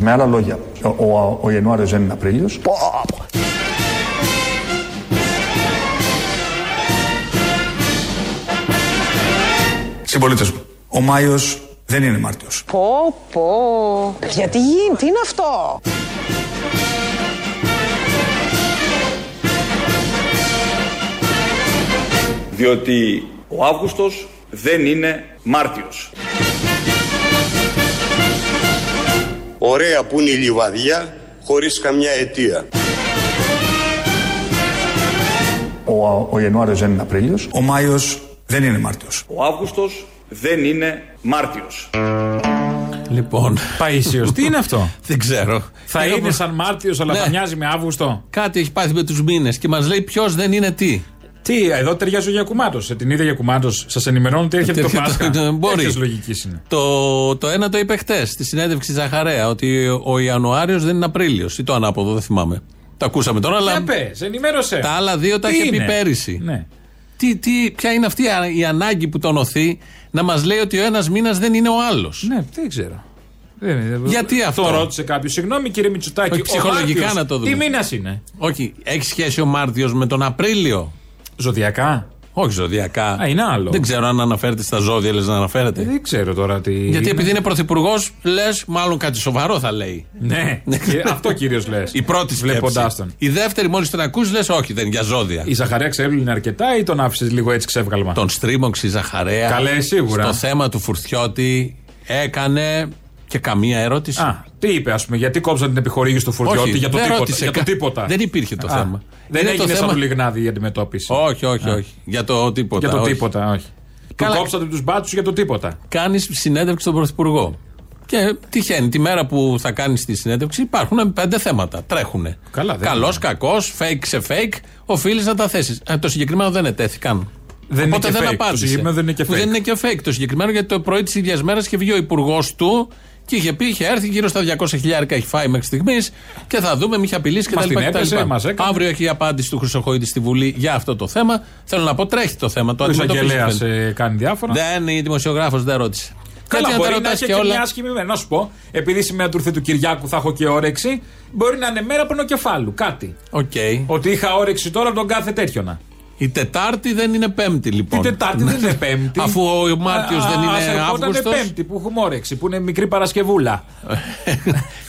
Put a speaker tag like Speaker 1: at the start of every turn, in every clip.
Speaker 1: Με άλλα λόγια, ο, ο, ο Ιανουάριος δεν είναι Απρίλιος. Πω, πω.
Speaker 2: Συμπολίτες μου.
Speaker 1: Ο Μάιος δεν είναι Μάρτιος.
Speaker 3: Πω, πω. Γιατί γίνει, τι είναι αυτό.
Speaker 2: Διότι ο Αύγουστος δεν είναι Μάρτιος.
Speaker 4: Ωραία που είναι η λιβαδιά χωρίς καμιά αιτία.
Speaker 1: Ο, ο Ιανουάριος δεν είναι Απρίλιος. Ο Μάιος δεν είναι Μάρτιος.
Speaker 2: Ο Αύγουστος δεν είναι Μάρτιος.
Speaker 5: Λοιπόν.
Speaker 6: Παίσιο, τι είναι αυτό.
Speaker 5: Δεν ξέρω.
Speaker 6: Θα
Speaker 5: Λίγο
Speaker 6: είναι
Speaker 5: που-
Speaker 6: σαν Μάρτιος, αλλά
Speaker 5: Ναι.
Speaker 6: θα μοιάζει με Αύγουστο.
Speaker 5: Κάτι έχει πάθει με τους μήνες και μας λέει ποιος δεν είναι τι.
Speaker 6: Τι, εδώ ταιριάζει ο Γιακουμάτος. Σε την ίδια Γιακουμάτος σας ενημερώνω ότι έρχεται το
Speaker 5: Τέτοιο-
Speaker 6: Πάσχα.
Speaker 5: ναι, μπορεί.
Speaker 6: Τέτοιες λογικής είναι.
Speaker 5: Το, το ένα το είπε χτες στη συνέντευξη Ζαχαρέα ότι ο Ιανουάριος δεν είναι Απρίλιος ή το ανάποδο, δεν θυμάμαι. Τα ακούσαμε τώρα, αλλά.
Speaker 6: Τα πες, ενημέρωσε.
Speaker 5: Τα άλλα δύο τα
Speaker 6: Τι
Speaker 5: είχε πει
Speaker 6: είναι?
Speaker 5: πέρυσι.
Speaker 6: Ναι.
Speaker 5: Τι, τι, ποια είναι αυτή η α- η ανάγκη που τονωθεί να μας λέει ότι ο ένας μήνας δεν είναι ο άλλος.
Speaker 6: Ναι, δεν ξέρω. Δεν-
Speaker 5: Γιατί αυτό?
Speaker 6: Το ρώτησε κάποιος. Συγγνώμη κύριε Μητσουτάκη.
Speaker 5: Όχι,
Speaker 6: ο
Speaker 5: ψυχολογικά
Speaker 6: Μάρτιος
Speaker 5: να το δούμε.
Speaker 6: Τι μήνας είναι.
Speaker 5: Όχι, έχει σχέση ο Μάρτιος με τον Απρίλιο.
Speaker 6: Ζωδιακά.
Speaker 5: Όχι ζωδιακά.
Speaker 6: Α, είναι άλλο. Ε,
Speaker 5: Δεν ξέρω αν αναφέρεται στα ζώδια, λες να αναφέρεται.
Speaker 6: Δεν ξέρω τώρα τι.
Speaker 5: Γιατί
Speaker 6: είναι.
Speaker 5: επειδή είναι πρωθυπουργός, λες μάλλον κάτι σοβαρό θα λέει.
Speaker 6: Ναι, και αυτό κυρίως λες.
Speaker 5: Η πρώτη
Speaker 6: βλέποντά
Speaker 5: σκέψη.
Speaker 6: τον.
Speaker 5: Η δεύτερη, μόλις τον ακούσει, λες όχι, δεν είναι για ζώδια.
Speaker 6: Η Ζαχαρέα ξέβλυνε αρκετά ή τον άφησες λίγο έτσι ξεύγαλμα.
Speaker 5: Τον στρίμωξε η Ζαχαρέα.
Speaker 6: Καλέ, σίγουρα.
Speaker 5: Στο θέμα του Φουρτιώτη έκανε και καμία ερώτηση.
Speaker 6: Α, τι είπε, ας πούμε, γιατί κόψαν την επιχορήγηση του Φουρτιώτη για, το
Speaker 5: δεν
Speaker 6: τίποτα,
Speaker 5: ρώτησε
Speaker 6: για το
Speaker 5: κα-
Speaker 6: τίποτα.
Speaker 5: Δεν υπήρχε το
Speaker 6: Α,
Speaker 5: θέμα.
Speaker 6: Δεν
Speaker 5: Είναι το
Speaker 6: έγινε σαν
Speaker 5: θέμα-
Speaker 6: του Λιγνάδη η αντιμετώπιση.
Speaker 5: Όχι, όχι, όχι. Για το τίποτα.
Speaker 6: για το
Speaker 5: όχι.
Speaker 6: τίποτα, όχι. Του
Speaker 5: Καλά.
Speaker 6: κόψατε τους μπάτσου για το τίποτα.
Speaker 5: κάνεις συνέντευξη στον Πρωθυπουργό. Και τυχαίνει, τη μέρα που θα κάνεις τη συνέντευξη υπάρχουν πέντε θέματα. Τρέχουν.
Speaker 6: Καλά, δεν
Speaker 5: Καλός,
Speaker 6: είναι.
Speaker 5: κακός, fake σε fake, οφείλεις να τα θέσεις. το συγκεκριμένο δεν ετέθη καν.
Speaker 6: Δεν είναι και
Speaker 5: Οπότε δεν
Speaker 6: fake. Το
Speaker 5: απάντησε.
Speaker 6: συγκεκριμένο δεν είναι και
Speaker 5: Που
Speaker 6: fake.
Speaker 5: Δεν είναι και fake το συγκεκριμένο γιατί το πρωί της ίδιας μέρας είχε βγει ο υπουργός του και είχε πει, είχε έρθει γύρω στα 200 χιλιάρικα έχει φάει μέχρι στιγμής και θα δούμε, με είχε απειλήσει
Speaker 6: Μας
Speaker 5: κτλ.
Speaker 6: την έπεσε, μας έκανε.
Speaker 5: Αύριο έχει η απάντηση του Χρυσοχοίδη στη Βουλή για αυτό το θέμα. Θέλω να πω, τρέχει το θέμα. Το
Speaker 6: Ο
Speaker 5: αντιμετωπίζει,
Speaker 6: εισαγγελέας
Speaker 5: φαίνεται.
Speaker 6: ε, κάνει διάφορα.
Speaker 5: Δεν, η δημοσιογράφος δεν ρώτησε.
Speaker 6: Καλά,
Speaker 5: Γιατί αν τα
Speaker 6: μπορεί να
Speaker 5: ρωτάς
Speaker 6: έχει και, μια άσχημη μέρα. Να σου πω, επειδή σήμερα του ήρθε του Κυριάκου θα έχω και όρεξη, μπορεί να είναι μέρα πονοκεφάλου. Κάτι.
Speaker 5: Οκ.
Speaker 6: Ότι είχα όρεξη τώρα από τον κάθε τέτοιον.
Speaker 5: Η Τετάρτη δεν είναι Πέμπτη, λοιπόν.
Speaker 6: Την Τετάρτη δεν είναι Πέμπτη.
Speaker 5: Αφού ο Μάρτιος δεν είναι Αύγουστο.
Speaker 6: Όταν είναι Πέμπτη που έχουμε όρεξη, που είναι μικρή Παρασκευούλα.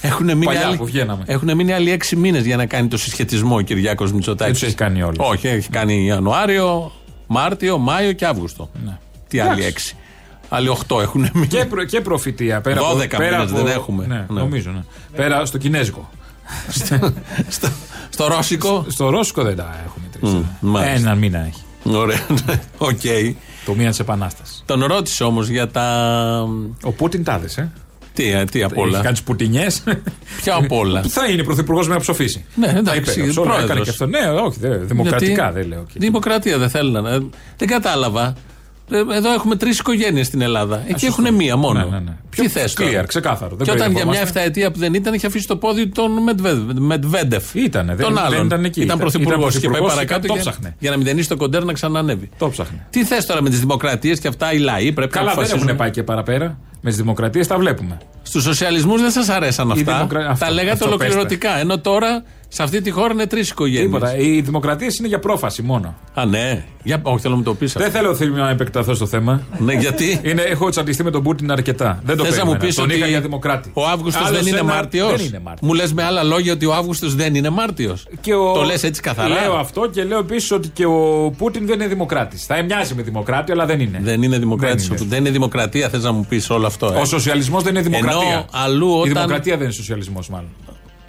Speaker 5: Έχουν μείνει,
Speaker 6: Παλιά που
Speaker 5: άλλοι,
Speaker 6: βγαίναμε.
Speaker 5: έχουνε μείνει άλλοι έξι μήνες για να κάνει το συσχετισμό ο Κυριάκος Μητσοτάκης.
Speaker 6: Δεν τους έχει κάνει όλους.
Speaker 5: Όχι, έχει κάνει Ιανουάριο, Μάρτιο, Μάιο και Αύγουστο.
Speaker 6: Ναι.
Speaker 5: Τι άλλοι
Speaker 6: Εντάξει.
Speaker 5: έξι. Άλλοι οχτώ έχουν μείνει.
Speaker 6: Και, προ, και προφητεία. Πέρα
Speaker 5: 12 μήνες δεν έχουμε.
Speaker 6: Ναι,
Speaker 5: Ναι.
Speaker 6: Νομίζω, ναι. Πέρα στο Κινέζικο.
Speaker 5: στο, στο Ρώσικο.
Speaker 6: Στο Ρώσικο δεν τα έχουμε τρεις.
Speaker 5: μάλιστα.
Speaker 6: Έναν μήνα έχει.
Speaker 5: Ωραία. ναι. Οκ.
Speaker 6: Το μήνα της Επανάστασης.
Speaker 5: Τον ρώτησε όμως για τα.
Speaker 6: Ο Πούτιν τάδε, ε.
Speaker 5: Τι, τι απ' όλα.
Speaker 6: Έχει κάνει τις πουτινιές.
Speaker 5: Ποια απ' όλα.
Speaker 6: Θα είναι πρωθυπουργός με να ψοφήσει.
Speaker 5: Ναι,
Speaker 6: Τα
Speaker 5: εντάξει,
Speaker 6: είπε. Όλα
Speaker 5: πρόεδρος.
Speaker 6: έκανε και αυτό. Ναι, όχι, δε, δημοκρατικά
Speaker 5: Γιατί
Speaker 6: δεν λέω. και-
Speaker 5: Δημοκρατία δεν θέλουν. Ε, Δεν κατάλαβα. Ε, Εδώ έχουμε τρεις οικογένειες στην Ελλάδα. Εκεί έχουν μία μόνο.
Speaker 6: Ναι, ναι, ναι.
Speaker 5: Τι
Speaker 6: Πιο
Speaker 5: θες
Speaker 6: clear,
Speaker 5: τώρα.
Speaker 6: ξεκάθαρο. Δεν
Speaker 5: Και όταν για μια
Speaker 6: κοροϊδευόμαστε.
Speaker 5: εφταετία που δεν ήταν, είχε αφήσει το πόδι τον Μετβέ- Μετβέντεφ.
Speaker 6: Ήτανε, δεν-
Speaker 5: τον
Speaker 6: δεν
Speaker 5: άλλον.
Speaker 6: ήταν εκεί.
Speaker 5: Ήταν
Speaker 6: Ήταν-
Speaker 5: πρωθυπουργός
Speaker 6: ήταν
Speaker 5: και πάει
Speaker 6: πρωθυπουργός
Speaker 5: παρακάτω.
Speaker 6: και το
Speaker 5: για-
Speaker 6: ψάχνε.
Speaker 5: Για να μηδενίσει το κοντέρ να ξανανεύει.
Speaker 6: Το ψάχνε.
Speaker 5: Τι θες τώρα με τις δημοκρατίες και αυτά, οι λαοί πρέπει
Speaker 6: Καλά,
Speaker 5: να
Speaker 6: δεν
Speaker 5: αποφασίζουν.
Speaker 6: έχουν πάει και παραπέρα. Με τις δημοκρατίες τα βλέπουμε.
Speaker 5: Στους σοσιαλισμούς δεν σας αρέσαν αυτά.
Speaker 6: δημοκρα-
Speaker 5: Τα
Speaker 6: αυτό-
Speaker 5: λέγατε
Speaker 6: αυτό
Speaker 5: ολοκληρωτικά. Ενώ τώρα σε αυτή τη χώρα είναι τρεις οικογένειες.
Speaker 6: Τίποτα. Οι δημοκρατίες είναι για πρόφαση μόνο.
Speaker 5: Α, ναι. Για... Όχι, θέλω να μου το πεις αυτό.
Speaker 6: Δεν θέλω Θήμιο, να επεκταθώ στο θέμα.
Speaker 5: Ναι, γιατί.
Speaker 6: Είναι, έχω τσαντιστεί με τον Πούτιν αρκετά. Δεν το
Speaker 5: Θες να μου
Speaker 6: περίμενα.
Speaker 5: πεις
Speaker 6: Τον
Speaker 5: ότι
Speaker 6: είχα για δημοκράτη.
Speaker 5: ο Αύγουστος
Speaker 6: Άλλος
Speaker 5: δεν είναι
Speaker 6: ένα-
Speaker 5: Μάρτιος.
Speaker 6: Δεν είναι Μάρτιος.
Speaker 5: Μου λες με άλλα λόγια ότι ο Αύγουστος δεν είναι Μάρτιος.
Speaker 6: Και ο-
Speaker 5: Το λες έτσι καθαρά.
Speaker 6: Λέω αυτό και λέω επίσης ότι και ο Πούτιν δεν είναι δημοκράτης. Θα μοιάζει με δημοκράτη, αλλά δεν είναι.
Speaker 5: Δεν είναι δημοκράτη.
Speaker 6: Δεν
Speaker 5: Δεν,
Speaker 6: είναι.
Speaker 5: είναι δημοκρατία, θες να μου πεις όλο αυτό. ε.
Speaker 6: Ο σοσιαλισμός δεν είναι δημοκρατία.
Speaker 5: Ενώ αλλού
Speaker 6: Η
Speaker 5: όταν-
Speaker 6: δημοκρατία δεν είναι σοσιαλισμός, μάλλον.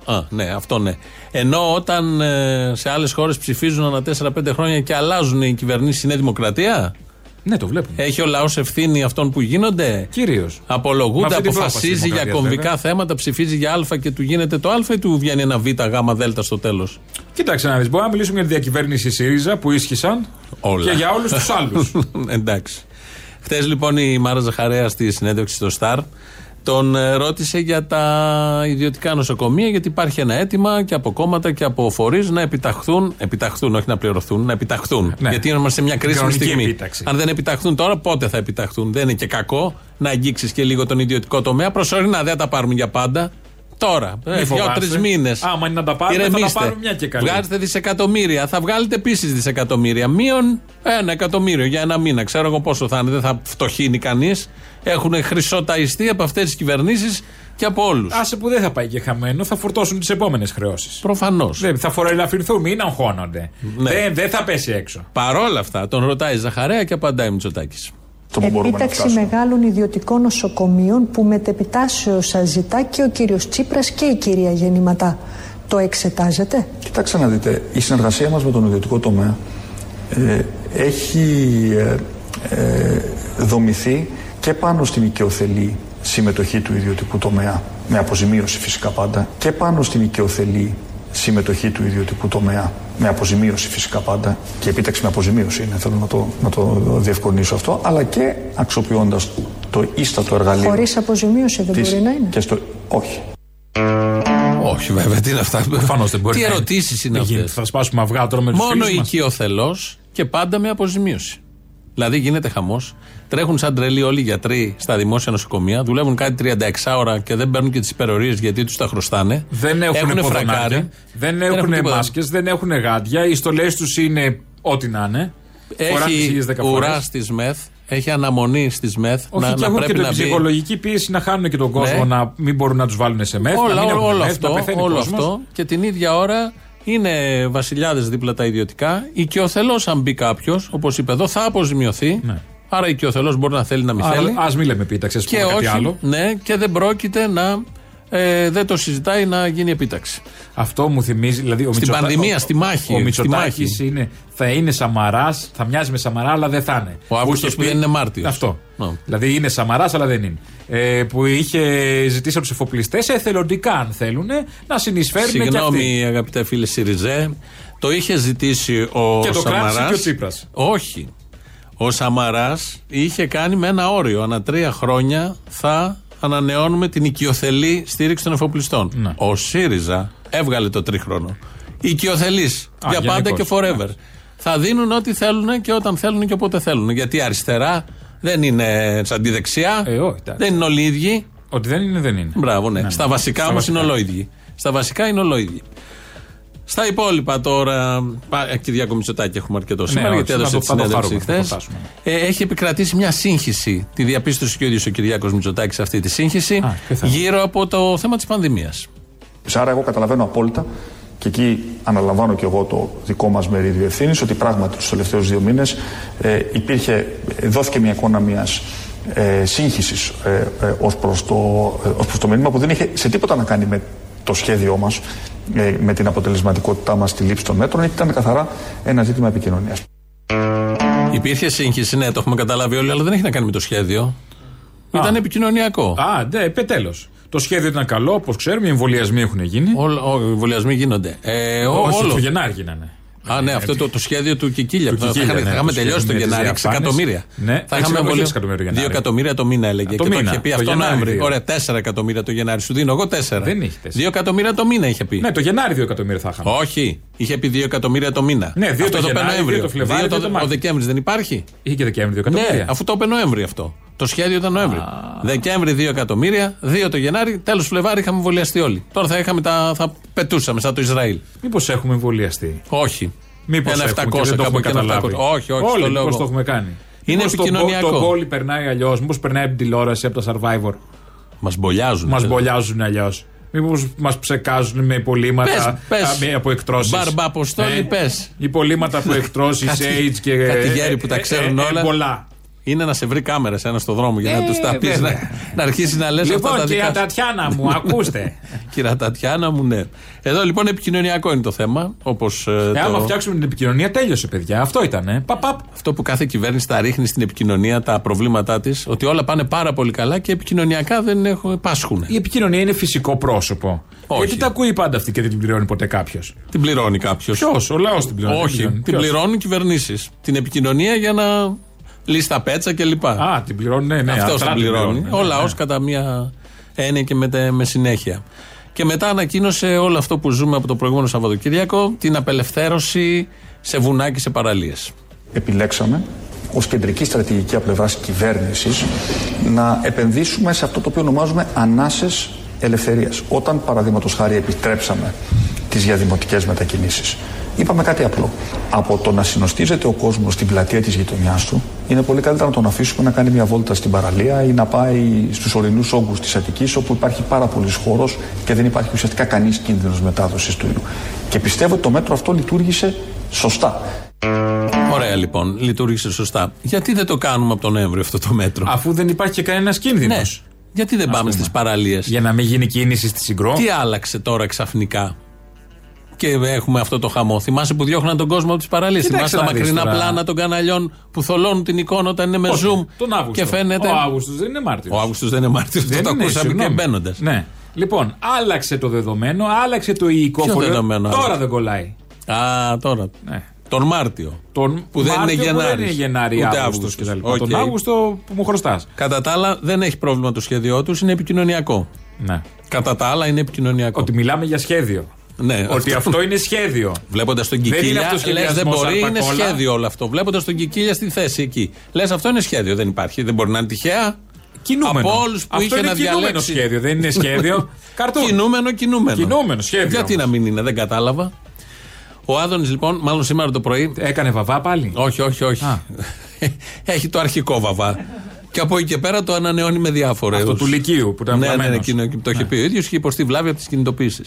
Speaker 5: Α, ναι, αυτό ναι. Ενώ όταν ε, σε άλλες χώρες ψηφίζουν ανά 4-5 χρόνια και αλλάζουν οι κυβερνήσεις, είναι δημοκρατία.
Speaker 6: Ναι, το βλέπουμε.
Speaker 5: Έχει ο λαός ευθύνη αυτών που γίνονται.
Speaker 6: Κυρίως. Με
Speaker 5: Απολογούνται,
Speaker 6: αυτή την πρόφαση
Speaker 5: αποφασίζει
Speaker 6: της
Speaker 5: για
Speaker 6: δημοκρατίας,
Speaker 5: κομβικά
Speaker 6: βέβαια.
Speaker 5: θέματα, ψηφίζει για Α και του γίνεται το Α ή του βγαίνει ένα Β, Γ, Δ στο τέλος.
Speaker 6: Κοίταξε να δεις. Μπορούμε να μιλήσουμε για τη διακυβέρνηση ΣΥΡΙΖΑ που ίσχυσαν
Speaker 5: Όλα.
Speaker 6: και για όλους τους άλλους.
Speaker 5: Εντάξει. Χθες λοιπόν η Μάρα Ζαχαρέα στη συνέντευξη στο Σταρ τον ε, ρώτησε για τα ιδιωτικά νοσοκομεία, γιατί υπάρχει ένα αίτημα και από κόμματα και από φορείς να επιταχθούν. Επιταχθούν, όχι να πληρωθούν, να επιταχθούν.
Speaker 6: Ναι.
Speaker 5: Γιατί είμαστε σε μια κρίσιμη
Speaker 6: Κανονική
Speaker 5: στιγμή.
Speaker 6: επίταξη.
Speaker 5: Αν δεν επιταχθούν τώρα, πότε θα επιταχθούν. Δεν είναι και κακό να αγγίξεις και λίγο τον ιδιωτικό τομέα. Προσωρινά δεν τα πάρουμε για πάντα. Τώρα, ε, δύο-τρει
Speaker 6: φοβάστε.
Speaker 5: μήνες.
Speaker 6: Άμα είναι να τα πάρουμε, θα τα πάρουμε μια και καλή.
Speaker 5: Βγάζετε δισεκατομμύρια. Θα βγάλετε επίσης δισεκατομμύρια. Μείον ένα εκατομμύριο για ένα μήνα. Ξέρω εγώ πόσο θα είναι. Δεν θα φτωχύνει κανείς. Έχουν χρυσοταϊστεί από αυτές τις κυβερνήσεις και από όλους.
Speaker 6: Άσε που δεν θα πάει και χαμένο, θα φορτώσουν τις επόμενες χρεώσεις.
Speaker 5: Προφανώς.
Speaker 6: Δεν θα φοροελαφρυνθούν, μην αγχώνονται.
Speaker 5: Ναι.
Speaker 6: Δεν, δεν θα πέσει έξω.
Speaker 5: Παρόλα αυτά, τον ρωτάει Ζαχαρέα και απαντάει Μητσοτάκης.
Speaker 1: Το που μπορούμε να
Speaker 7: Επίταξη
Speaker 1: φτάσουμε.
Speaker 7: μεγάλων ιδιωτικών νοσοκομείων που μετεπιτάσεως σας ζητά και ο κύριος Τσίπρας και η κυρία Γεννηματά. Το εξετάζετε.
Speaker 1: Κοιτάξτε να δείτε, η συνεργασία μας με τον ιδιωτικό τομέα ε, έχει ε, ε, δομηθεί και πάνω στην οικειοθελή συμμετοχή του ιδιωτικού τομέα, με αποζημίωση φυσικά πάντα, και πάνω στην οικειοθελή συμμετοχή του ιδιωτικού τομέα, με αποζημίωση φυσικά πάντα, και επίταξη με αποζημίωση είναι, θέλω να το, να το διευκρινίσω αυτό, αλλά και αξιοποιώντας το ίστατο εργαλείο
Speaker 7: Χωρίς αποζημίωση δεν
Speaker 1: της-
Speaker 7: μπορεί να είναι.
Speaker 1: και στο, όχι,
Speaker 5: Όχι, βέβαια, τι είναι αυτά.
Speaker 6: Προφανώς δεν μπορεί.
Speaker 5: Τι
Speaker 6: να είναι.
Speaker 5: ερωτήσεις είναι
Speaker 6: Δεν γίνεται,
Speaker 5: αυτές.
Speaker 6: Θα σπάσουμε αυγά, τρώμε τους
Speaker 5: Μόνο οικειοθελώς και πάντα με αποζημίωση. Δηλαδή γίνεται χαμός. Τρέχουν σαν τρελοί όλοι οι γιατροί στα δημόσια νοσοκομεία, δουλεύουν κάτι 36 ώρα και δεν παίρνουν και τις υπερορίες γιατί τους τα χρωστάνε.
Speaker 6: Δεν έχουν
Speaker 5: Έχουνε
Speaker 6: ποδονάρια,
Speaker 5: φρακάρει.
Speaker 6: δεν έχουν
Speaker 5: τίποτα.
Speaker 6: μάσκες, δεν έχουν γάντια. Οι στολές τους είναι ό,τι να είναι. Φοράνε τις
Speaker 5: Έχει
Speaker 6: ίδιες δέκα
Speaker 5: ουρά
Speaker 6: φορές.
Speaker 5: στις μεθ, έχει αναμονή στις μεθ.
Speaker 6: Όχι, και έχουν και την ψυχολογική πίεση να χάνουν και τον κόσμο
Speaker 5: Ναι.
Speaker 6: να μην μπορούν να τους βάλουν σε μεθ.
Speaker 5: Όλα,
Speaker 6: να μην
Speaker 5: όλο,
Speaker 6: έχουν
Speaker 5: όλο
Speaker 6: μεθ, να
Speaker 5: αυτό,
Speaker 6: πεθαίνει ο
Speaker 5: όλο
Speaker 6: κόσμος.
Speaker 5: αυτό. Και την ίδια ώρα είναι βασιλιάδες δίπλα τα ιδιωτικά. Οικειοθελώς, αν μπει κάποιος, όπως είπε εδώ, θα αποζημιωθεί.
Speaker 6: Ναι.
Speaker 5: Άρα οικειοθελώς μπορεί να θέλει να μην θέλει.
Speaker 6: Ας ας μην λέμε επίταξε, ας
Speaker 5: και
Speaker 6: πούμε κάτι
Speaker 5: όχι,
Speaker 6: άλλο.
Speaker 5: ναι, και δεν πρόκειται να. Ε, δεν το συζητάει να γίνει επίταξη.
Speaker 6: Αυτό μου θυμίζει. Δηλαδή, ο
Speaker 5: Στην
Speaker 6: Μητσοτα-
Speaker 5: πανδημία,
Speaker 6: ο-
Speaker 5: στη μάχη,
Speaker 6: Ο
Speaker 5: στη
Speaker 6: Μητσοτάκης
Speaker 5: μάχη.
Speaker 6: είναι, θα είναι Σαμαράς, θα μοιάζει με Σαμαρά, αλλά δεν θα είναι.
Speaker 5: Ο Αύγουστος
Speaker 6: είχε
Speaker 5: που
Speaker 6: πει-
Speaker 5: δεν είναι μάρτυρος.
Speaker 6: Αυτό.
Speaker 5: Να.
Speaker 6: Δηλαδή είναι Σαμαράς, αλλά δεν είναι. Ε, που είχε ζητήσει από τους εφοπλιστές εθελοντικά, αν θέλουν, να συνεισφέρουν και αυτοί.
Speaker 5: Συγγνώμη, αγαπητέ φίλε Σιριζέ, το είχε ζητήσει ο
Speaker 6: Και το κράτησε
Speaker 5: Σαμαράς.
Speaker 6: και ο Τσίπρας.
Speaker 5: Όχι. Ο Σαμαράς είχε κάνει με ένα όριο. Ανά τρία χρόνια θα ανανεώνουμε την οικειοθελή στήριξη των εφοπλιστών.
Speaker 6: Ναι.
Speaker 5: Ο ΣΥΡΙΖΑ έβγαλε το τρίχρονο. Οικειοθελής.
Speaker 6: Α,
Speaker 5: Για πάντα και
Speaker 6: γενικώς. Ναι.
Speaker 5: forever. Θα δίνουν ό,τι θέλουν και όταν θέλουν και όποτε θέλουν. Γιατί αριστερά δεν είναι σαν τη δεξιά.
Speaker 6: Ε, όχι, εντάξει.
Speaker 5: δεν είναι όλοι οι ίδιοι.
Speaker 6: Ότι δεν είναι, δεν είναι.
Speaker 5: Μπράβο, ναι.
Speaker 6: Ναι,
Speaker 5: Στα
Speaker 6: ναι.
Speaker 5: βασικά
Speaker 6: Στα
Speaker 5: όμως
Speaker 6: βασικά.
Speaker 5: είναι ολόιδιοι. Στα βασικά είναι ολόιδιοι. Στα υπόλοιπα τώρα. πα- ε, Κυριάκο Μητσοτάκη έχουμε αρκετό σήμερα,
Speaker 6: Ναι, όχι,
Speaker 5: γιατί
Speaker 6: θα
Speaker 5: έδωσε
Speaker 6: το-
Speaker 5: τη
Speaker 6: θα το
Speaker 5: συνέντευξη
Speaker 6: χαρούμε, θα το
Speaker 5: χθες.
Speaker 6: φτάσουμε.
Speaker 5: έχει επικρατήσει μια σύγχυση. Τη διαπίστωσε και ο ίδιος ο Κυριάκος Μητσοτάκης σε αυτή τη σύγχυση.
Speaker 6: Α, και θα-
Speaker 5: γύρω από το θέμα της πανδημίας.
Speaker 1: Άρα, εγώ καταλαβαίνω απόλυτα και εκεί αναλαμβάνω και εγώ το δικό μας μερίδιο ευθύνης ότι πράγματι τους τελευταίους δύο μήνες ε, υπήρχε, ε, δόθηκε μια εικόνα μιας ε, σύγχυσης ε, ε, ως προς το, ε, ως προς το μήνυμα που δεν είχε σε τίποτα να κάνει με το σχέδιό μας, ε, με την αποτελεσματικότητά μας στη λήψη των μέτρων. Ήταν καθαρά ένα ζήτημα επικοινωνίας.
Speaker 5: Υπήρχε σύγχυση, ναι, το έχουμε καταλάβει όλοι, αλλά δεν έχει να κάνει με το σχέδιο. Ήταν επικοινωνιακό.
Speaker 6: Α, ναι, είπε τέλο. Το σχέδιο ήταν καλό, όπως ξέρουμε, οι εμβολιασμοί έχουν γίνει.
Speaker 5: Όλο- ο- Οι εμβολιασμοί γίνονται. Ε, ο-
Speaker 6: Όχι,
Speaker 5: όλος.
Speaker 6: του Γενάρη γίνανε.
Speaker 5: Α, ναι, αυτό το, το σχέδιο του Κικίλια.
Speaker 6: Ε, Του
Speaker 5: που θα- θα
Speaker 6: Κικίλια,
Speaker 5: είχαμε-
Speaker 6: ναι,
Speaker 5: θα είχαμε
Speaker 6: το
Speaker 5: τελειώσει τον
Speaker 6: σχέδιο με τις
Speaker 5: Γενάρη. 6
Speaker 6: διαφάνειες.
Speaker 5: εκατομμύρια.
Speaker 6: Ναι, έξι
Speaker 5: θα είχαμε
Speaker 6: εκατομμύρια,
Speaker 5: εμβολιάσει.
Speaker 6: έξι εκατομμύρια το
Speaker 5: 2
Speaker 6: Γενάρη.
Speaker 5: εκατομμύρια το μήνα έλεγε.
Speaker 6: Α,
Speaker 5: και
Speaker 6: το
Speaker 5: το
Speaker 6: μήνα.
Speaker 5: είχε πει
Speaker 6: Το
Speaker 5: αυτό
Speaker 6: Γενάρη
Speaker 5: Νοέμβρη.
Speaker 6: δύο.
Speaker 5: Ωραία, 4 εκατομμύρια το Γενάρη. Σου δίνω εγώ 4.
Speaker 6: Δεν έχει τέσσερα.
Speaker 5: 2 εκατομμύρια το μήνα είχε πει.
Speaker 6: Ναι, το Γενάρη 2 εκατομμύρια θα είχαμε.
Speaker 5: Όχι, είχε πει 2 εκατομμύρια το μήνα.
Speaker 6: Ναι, δύο
Speaker 5: αυτό
Speaker 6: το
Speaker 5: το,
Speaker 6: Γενάρη,
Speaker 5: Νοέμβριο.
Speaker 6: δύο το Φλεβάρι,
Speaker 5: Δύο
Speaker 6: δύο το Μάρτιο.
Speaker 5: Ο Δεκέμβρης δεν υπάρχει.
Speaker 6: Είχε και Δεκέμβρη 2 εκατομμύρια.
Speaker 5: Ναι, αφού το είπε Νοέμβρη αυτό. Το σχέδιο ήταν Νοέμβρη. Δεκέμβρη 2 εκατομμύρια, 2 το Γενάρη, τέλος Φλεβάρι είχαμε εμβολιαστεί όλοι. Τώρα θα, είχαμε τα, θα πετούσαμε σαν το Ισραήλ.
Speaker 6: Μήπως έχουμε εμβολιαστεί.
Speaker 5: Όχι.
Speaker 6: Μήπως
Speaker 5: Ένα
Speaker 6: έχουμε
Speaker 5: 700
Speaker 6: και δεν το
Speaker 5: κάπου
Speaker 6: έχουμε
Speaker 5: εκεί, ένα
Speaker 6: καταλάβει.
Speaker 5: 700. Όχι, όχι,
Speaker 6: Όλοι
Speaker 5: το λέω
Speaker 6: μήπως
Speaker 5: εγώ.
Speaker 6: το έχουμε κάνει.
Speaker 5: Είναι
Speaker 6: Μήπως το
Speaker 5: επικοινωνιακό.
Speaker 6: μπο- Το γκολ περνάει αλλιώς. Μήπως περνάει από την τηλεόραση, από τα survivor.
Speaker 5: Μας μπολιάζουν.
Speaker 6: Μας
Speaker 5: Ε,
Speaker 6: μπολιάζουν αλλιώς. Μήπως μας ψεκάζουν με υπολείμματα
Speaker 5: Πες, πες.
Speaker 6: α, με- από εκτρώσει.
Speaker 5: Μπαρμπα, Αποστόλη, πες.
Speaker 6: Υπολείμματα από εκτρώσει,
Speaker 5: Κάτι-
Speaker 6: AIDS και.
Speaker 5: κάτι γέροι που τα
Speaker 6: ε, ε,
Speaker 5: ξέρουν
Speaker 6: ε,
Speaker 5: όλα.
Speaker 6: Πολλά.
Speaker 5: Είναι να σε βρει κάμερα σε ένας στο δρόμο για να τους τα πεις, να, να αρχίσεις να λες αυτά τα
Speaker 6: Ε, Λοιπόν, κυρία
Speaker 5: δικά σου.
Speaker 6: Τατιάνα μου, ακούστε.
Speaker 5: Κυρία Τατιάνα μου, ναι. Εδώ λοιπόν επικοινωνιακό είναι το θέμα. Όπως
Speaker 6: Ε,
Speaker 5: το...
Speaker 6: Άμα φτιάξουμε την επικοινωνία, τέλειωσε, παιδιά. Αυτό ήταν. ε. Παπ, παπ.
Speaker 5: αυτό που κάθε κυβέρνηση τα ρίχνει στην επικοινωνία, τα προβλήματά της, ότι όλα πάνε πάρα πολύ καλά και επικοινωνιακά δεν έχουν, πάσχουν.
Speaker 6: Η επικοινωνία είναι φυσικό πρόσωπο.
Speaker 5: Όχι.
Speaker 6: Γιατί τα ακούει πάντα αυτή και δεν την πληρώνει ποτέ κάποιος.
Speaker 5: Την πληρώνει κάποιος.
Speaker 6: Ποιος, ο λαός την πληρώνει. δεν
Speaker 5: Όχι,
Speaker 6: πληρώνει.
Speaker 5: την
Speaker 6: Ποιος?
Speaker 5: πληρώνουν κυβερνήσεις. Την επικοινωνία για να λύσει τα πέτσα κλπ.
Speaker 6: Α, την πληρώνει, ναι, ναι.
Speaker 5: Αυτός
Speaker 6: αυτά
Speaker 5: την
Speaker 6: την
Speaker 5: πληρώνει.
Speaker 6: πληρώνουν,
Speaker 5: Ο
Speaker 6: ναι,
Speaker 5: λαός
Speaker 6: ναι.
Speaker 5: κατά μία έννοια και με, με συνέχεια. Και μετά ανακοίνωσε όλο αυτό που ζούμε από το προηγούμενο Σαββατοκύριακο, την απελευθέρωση σε βουνά και σε παραλίες.
Speaker 1: επιλέξαμε ως κεντρική στρατηγική από πλευράς κυβέρνησης να επενδύσουμε σε αυτό το οποίο ονομάζουμε ανάσες ελευθερίας. Όταν, παραδείγματος χάρη, επιτρέψαμε τις διαδημοτικές μετακινήσεις, είπαμε κάτι απλό. Από το να συνοστίζεται ο κόσμος στην πλατεία της γειτονιάς του, είναι πολύ καλύτερα να τον αφήσουμε να κάνει μια βόλτα στην παραλία ή να πάει στους ορεινούς όγκους της Αττικής, όπου υπάρχει πάρα πολλή χώρος και δεν υπάρχει ουσιαστικά κανείς κίνδυνος μετάδοσης του ιού. Και πιστεύω ότι το μέτρο αυτό λειτουργήσε σωστά.
Speaker 5: Ωραία λοιπόν, λειτουργήσε σωστά. Γιατί δεν το κάνουμε από τον Νοέμβριο αυτό το μέτρο.
Speaker 6: Αφού δεν υπάρχει και κανένας κίνδυνος.
Speaker 5: Ναι. Γιατί δεν πάμε στις παραλίες.
Speaker 6: Για να μην γίνει κίνηση στη συγκρό.
Speaker 5: Τι άλλαξε τώρα ξαφνικά. Και έχουμε αυτό το χαμό. Θυμάσαι που διώχναν τον κόσμο από τις παραλίες. Θυμάσαι τα μακρινά τώρα. πλάνα των καναλιών που θολώνουν την εικόνα όταν είναι με
Speaker 6: Όχι,
Speaker 5: zoom.
Speaker 6: Τον Αύγουστο.
Speaker 5: Και φαίνεται.
Speaker 6: Ο Αύγουστος δεν είναι Μάρτιο.
Speaker 5: Ο Αύγουστος δεν είναι Μάρτιο.
Speaker 6: Δεν
Speaker 5: Το
Speaker 6: είναι,
Speaker 5: ακούσαμε και
Speaker 6: συγγνώμη.
Speaker 5: μπαίνοντας.
Speaker 6: Ναι. Λοιπόν, άλλαξε το δεδομένο, άλλαξε το υλικό
Speaker 5: Ποιο
Speaker 6: φορέο.
Speaker 5: δεδομένο
Speaker 6: Τώρα
Speaker 5: άλλαξε?
Speaker 6: δεν κολλάει.
Speaker 5: Α, τώρα.
Speaker 6: Ναι.
Speaker 5: Τον Μάρτιο.
Speaker 6: Τον
Speaker 5: Που δεν
Speaker 6: Μάρτιο
Speaker 5: είναι
Speaker 6: που
Speaker 5: Γενάρης.
Speaker 6: Δεν είναι Γενάρη,
Speaker 5: Ούτε Αύγουστος
Speaker 6: Αύγουστος
Speaker 5: κτλ.
Speaker 6: Τον
Speaker 5: Οκ.
Speaker 6: Αύγουστο που μου χρωστάς.
Speaker 5: Κατά τα άλλα δεν έχει πρόβλημα το σχέδιό τους, είναι επικοινωνιακό.
Speaker 6: Ναι.
Speaker 5: Κατά τα άλλα είναι επικοινωνιακό.
Speaker 6: Ότι μιλάμε για σχέδιο.
Speaker 5: Ναι,
Speaker 6: Ότι αυτό είναι σχέδιο.
Speaker 5: Βλέποντας τον
Speaker 6: είναι
Speaker 5: Κικίλια,
Speaker 6: αυτός
Speaker 5: λες δεν
Speaker 6: σχεδιασμός
Speaker 5: μπορεί, είναι
Speaker 6: αρπακόλα.
Speaker 5: σχέδιο όλο αυτό. Βλέποντας τον Κικίλια στη θέση εκεί. Λες αυτό είναι σχέδιο, δεν υπάρχει, δεν μπορεί να είναι τυχαία.
Speaker 6: Κινούμενο.
Speaker 5: Από όλους που
Speaker 6: αυτό
Speaker 5: είχε
Speaker 6: είναι
Speaker 5: να
Speaker 6: κινούμενο
Speaker 5: διαλέξει.
Speaker 6: σχέδιο, δεν είναι σχέδιο. Καρτούν.
Speaker 5: Κινούμενο, κινούμενο.
Speaker 6: Κινούμενο, σχέδιο
Speaker 5: Γιατί
Speaker 6: όμως.
Speaker 5: να μην είναι, δεν κατάλαβα. Ο Άδωνης λοιπόν, μάλλον σήμερα το πρωί.
Speaker 6: Έκανε βαβά πάλι.
Speaker 5: Όχι, όχι, όχι.
Speaker 6: Α.
Speaker 5: Έχει το αρχικό βαβά. και από εκεί και πέρα το ανανεώνει με διάφορα.
Speaker 6: Αυτό του Λυκείου που ήταν
Speaker 5: ναι, ναι, ναι,
Speaker 6: βλαμμένος.
Speaker 5: εκείνο το είχε πει. Ο ίδιος είχε υποστεί βλάβη από τις κινητοποίησεις.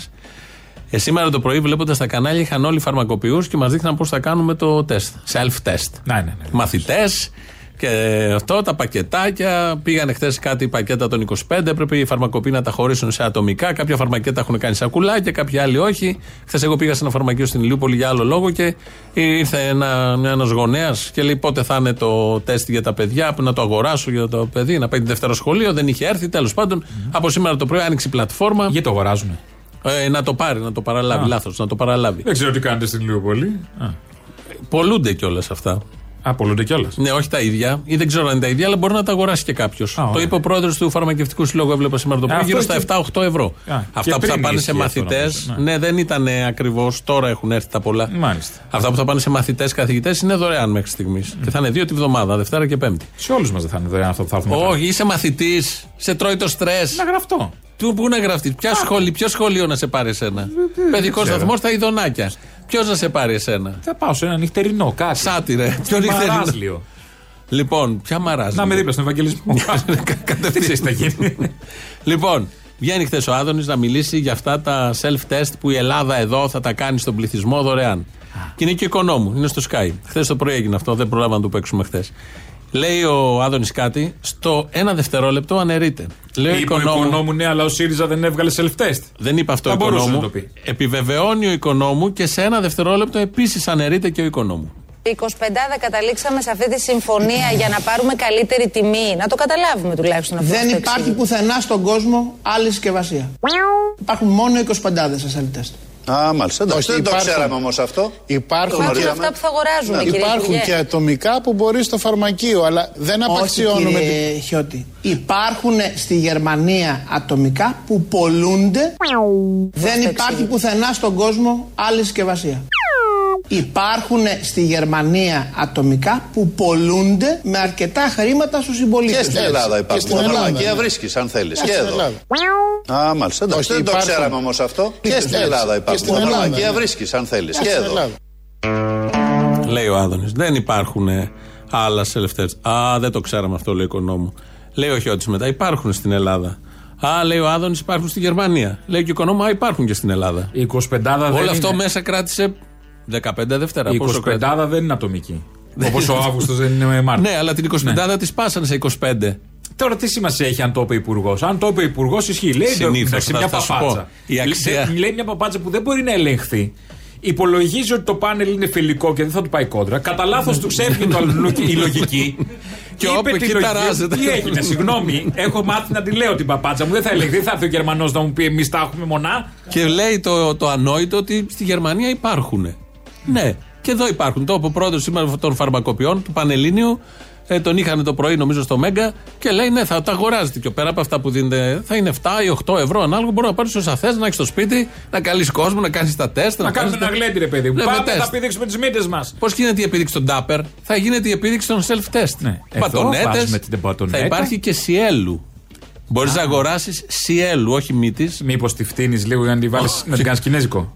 Speaker 5: Ε, σήμερα το πρωί, βλέποντας τα κανάλια, είχαν όλοι φαρμακοποιούς και μας δείχναν πώς θα κάνουμε το τεστ. Self-test.
Speaker 6: Ναι, ναι, ναι.
Speaker 5: Μαθητές και αυτό, τα πακετάκια. Πήγανε χθες κάτι πακέτα των 25. Έπρεπε οι φαρμακοποιοί να τα χωρίσουν σε ατομικά. Κάποια φαρμακέτα έχουν κάνει σακουλάκια, κάποια άλλοι όχι. Χθες εγώ πήγα σε ένα φαρμακείο στην Ηλιούπολη για άλλο λόγο και ήρθε ένα ένας γονέας και λέει πότε θα είναι το τεστ για τα παιδιά, που να το αγοράσω για το παιδί, να πάει τη δεύτερο σχολείο. Δεν είχε έρθει, τέλος πάντων. Από σήμερα το πρωί άνοιξε η πλατφόρμα.
Speaker 6: Γιατί το αγοράζουνε.
Speaker 5: Ε, να το πάρει, να το παραλάβει. Λάθος, να το παραλάβει.
Speaker 6: Δεν ξέρω τι κάνετε στην Λιούπολη. Α,
Speaker 5: Πολλούνται κιόλας αυτά.
Speaker 6: Απολούνται κιόλας.
Speaker 5: Ναι, όχι τα ίδια. Ή δεν ξέρω αν είναι τα ίδια, αλλά μπορεί να τα αγοράσει και κάποιος.
Speaker 6: Α,
Speaker 5: Το
Speaker 6: ωραία.
Speaker 5: είπε ο πρόεδρος του Φαρμακευτικού Συλλόγου, έβλεπα σήμερα το πρωί,
Speaker 6: αυτό
Speaker 5: γύρω στα
Speaker 6: και-
Speaker 5: 7-8 ευρώ.
Speaker 6: Α, και
Speaker 5: Αυτά που θα
Speaker 6: πριν
Speaker 5: πάνε σε
Speaker 6: ίσχυε αυτό,
Speaker 5: μαθητές.
Speaker 6: νομίζω, ναι.
Speaker 5: Ναι, δεν ήταν ακριβώς. Τώρα έχουν έρθει τα πολλά.
Speaker 6: Μάλιστα.
Speaker 5: Αυτά που θα πάνε σε μαθητές, καθηγητές είναι δωρεάν μέχρι στιγμής. Και θα είναι δύο τη βδομάδα, Δευτέρα και Πέμπτη.
Speaker 6: Σε όλους μας δεν θα είναι δωρεάν αυτό που θα έρθουμε. τώρα.
Speaker 5: Όχι, είσαι μαθητής, σε τρώει το στρες.
Speaker 6: Να γραφτώ.
Speaker 5: Του πού να γραφτείς, ποια σχολή, ποιο σχολείο να σε πάρει εσένα. Παιδικό
Speaker 6: ξέρω.
Speaker 5: σταθμό, τα ειδονάκια. Ποιος να σε πάρει εσένα.
Speaker 6: Θα πάω σε ένα νυχτερινό, κάτι.
Speaker 5: Σάτυρε. Ποιο νυχτερινό.
Speaker 6: Μαράζλιο.
Speaker 5: Λοιπόν, ποια μαράζει.
Speaker 6: Να με δίπλα στον Ευαγγελισμό.
Speaker 5: Κατευθείαν.
Speaker 6: Δεν ξέρεις τι θα γίνει.
Speaker 5: Λοιπόν, βγαίνει χθες ο Άδωνης να μιλήσει για αυτά τα self-test που η Ελλάδα εδώ θα τα κάνει στον πληθυσμό δωρεάν. Και είναι και οικονόμου, είναι στο Sky. Χθες το πρωί έγινε αυτό, δεν προλάβαμε να το παίξουμε χθες. Λέει ο Άδωνης κάτι, στο ένα δευτερόλεπτο αναιρείται. Λέει ο
Speaker 6: Είπε ο
Speaker 5: οικονόμου.
Speaker 6: οικονόμου, ναι, αλλά ο ΣΥΡΙΖΑ δεν έβγαλε self-test.
Speaker 5: Δεν είπε αυτό
Speaker 6: Θα
Speaker 5: ο
Speaker 6: μπορούσε να
Speaker 5: οικονόμου.
Speaker 6: το πει.
Speaker 5: Επιβεβαιώνει ο οικονόμου και σε ένα δευτερόλεπτο επίσης αναιρείται και ο οικονόμου.
Speaker 8: 25 καταλήξαμε σε αυτή τη συμφωνία για να πάρουμε καλύτερη τιμή. Να το καταλάβουμε τουλάχιστον αυτό.
Speaker 9: Δεν
Speaker 8: στο
Speaker 9: υπάρχει
Speaker 8: εξήγημα.
Speaker 9: πουθενά στον κόσμο άλλη συσκευασία. Υπάρχουν μόνο 25 ασφαλιστέ.
Speaker 8: Ε,
Speaker 10: Α, μάλιστα. Εντάξει,
Speaker 11: Όχι,
Speaker 10: δεν το
Speaker 11: υπάρχουν.
Speaker 10: ξέραμε όμως αυτό.
Speaker 11: Υπάρχουν
Speaker 10: Το
Speaker 11: και-
Speaker 8: Υπάρχουν
Speaker 10: γνωρίζαμε.
Speaker 8: αυτά που θα
Speaker 12: Ναι.
Speaker 8: αγοράζουμε, κύριε
Speaker 11: Υπάρχουν
Speaker 8: Υπουργέ.
Speaker 11: και ατομικά που μπορεί στο φαρμακείο, αλλά δεν
Speaker 9: Όχι,
Speaker 11: απαξιώνουμε. την-
Speaker 9: κύριε Χιώτη. Υπάρχουν στη Γερμανία ατομικά που πολλούνται. Δεν υπάρχει πουθενά στον κόσμο άλλη συσκευασία. Υπάρχουν στη Γερμανία ατομικά που πολλούνται με αρκετά χρήματα στους συμπολίτες.
Speaker 10: Και στην Ελλάδα
Speaker 11: Και
Speaker 10: υπάρχουν.
Speaker 11: στην
Speaker 10: Στην
Speaker 11: Ελλάδα,
Speaker 10: Ελλάδα
Speaker 11: ναι.
Speaker 10: βρίσκεις, αν θέλεις.
Speaker 11: Και
Speaker 10: Και
Speaker 11: στην
Speaker 10: εδώ.
Speaker 11: Ελλάδα.
Speaker 10: Α, μάλιστα. Εντάξει,
Speaker 11: Όχι,
Speaker 10: δεν το
Speaker 11: υπάρχουν.
Speaker 10: ξέραμε όμως αυτό. Και στην
Speaker 11: έτσι.
Speaker 10: Ελλάδα
Speaker 11: Και
Speaker 10: υπάρχουν.
Speaker 11: στην Ελλάδα,
Speaker 10: Φαρμακεία
Speaker 11: ναι.
Speaker 10: βρίσκεις, αν θέλεις.
Speaker 11: Και
Speaker 10: Και
Speaker 11: στην
Speaker 10: εδώ.
Speaker 11: Ελλάδα.
Speaker 5: Λέει ο Άδωνης. Δεν υπάρχουν ε, άλλα σελευτέ. Α, δεν το ξέραμε αυτό, λέει ο οικονόμου. Λέει ο Χιώτης μετά. Υπάρχουν στην Ελλάδα. Α, λέει ο Άδωνης, υπάρχουν στη Γερμανία. Λέει και ο οικονόμου, α, υπάρχουν και στην Ελλάδα.
Speaker 6: Η 25 δεν
Speaker 5: Όλο αυτό
Speaker 6: είναι-
Speaker 5: μέσα κράτησε 15 Δευτέρα.
Speaker 6: Η
Speaker 5: Πόσο
Speaker 6: 25
Speaker 5: κράτησε.
Speaker 6: δεν είναι ατομική. Όπως ο Αύγουστος δεν είναι Μάρτιο.
Speaker 5: Ναι, αλλά την 25 τη πάσανε σε 25.
Speaker 6: Τώρα τι σημασία έχει αν το είπε υπουργός. Αν το είπε υπουργός, ισχύει. Λέει
Speaker 5: Συνήθως,
Speaker 6: εντάξει,
Speaker 5: θα-
Speaker 6: μια
Speaker 5: θα σου
Speaker 6: παπάτσα.
Speaker 5: πω. Η αξία-
Speaker 6: Λέει, λέει μια παπάτσα που δεν μπορεί να ελεγχθεί. Υπολογίζει ότι το πάνελ είναι φιλικό και δεν θα του πάει κόντρα. Κατά λάθος του ξέφυγε το αλλού- η λογική.
Speaker 5: Και
Speaker 6: είπε
Speaker 5: όπε,
Speaker 6: τη
Speaker 5: εκεί
Speaker 6: λογική.
Speaker 5: ταράζεται.
Speaker 6: Τι έγινε, συγγνώμη. Έχω μάθει να τη λέω την παπάτσα μου. Δεν θα ελεγχθεί. Θα έρθει ο Γερμανός να μου πει εμείς τα έχουμε μονά.
Speaker 5: Και λέει το, το ανόητο ότι στη Γερμανία υπάρχουν. Ναι, και εδώ υπάρχουν. Το είπε ο πρόεδρο σήμερα των φαρμακοποιών του Πανελλήνιου. Ε, τον είχαν το πρωί, νομίζω, στο Μέγκα και λέει: Ναι, θα τα αγοράζετε. Και πέρα από αυτά που δίνετε, θα είναι 7 ή 8 ευρώ ανάλογα. Μπορεί να πάρει όσα θες, να έχεις στο σπίτι, να καλείς κόσμο, να κάνεις τα τεστ.
Speaker 6: Να κάνουμε ένα γλέντι, ρε παιδί μου.
Speaker 5: ναι. Λέμε
Speaker 6: Πάμε,
Speaker 5: τεστ.
Speaker 6: θα πηδήξουμε τις μύτες μας.
Speaker 5: Πώς γίνεται η επίδειξη των τάπερ, θα γίνεται η επίδειξη των self-test.
Speaker 6: Ναι. Εδώ
Speaker 5: Πατονέτες,
Speaker 6: βάζουμε την πατονέτα.
Speaker 5: Θα υπάρχει και σιέλου. Μπορεί να αγοράσεις Σιέλου, όχι μύτης.
Speaker 6: Μήπως τη φτύνεις λίγο για να τη βάλεις- να την κάνεις κινέζικο.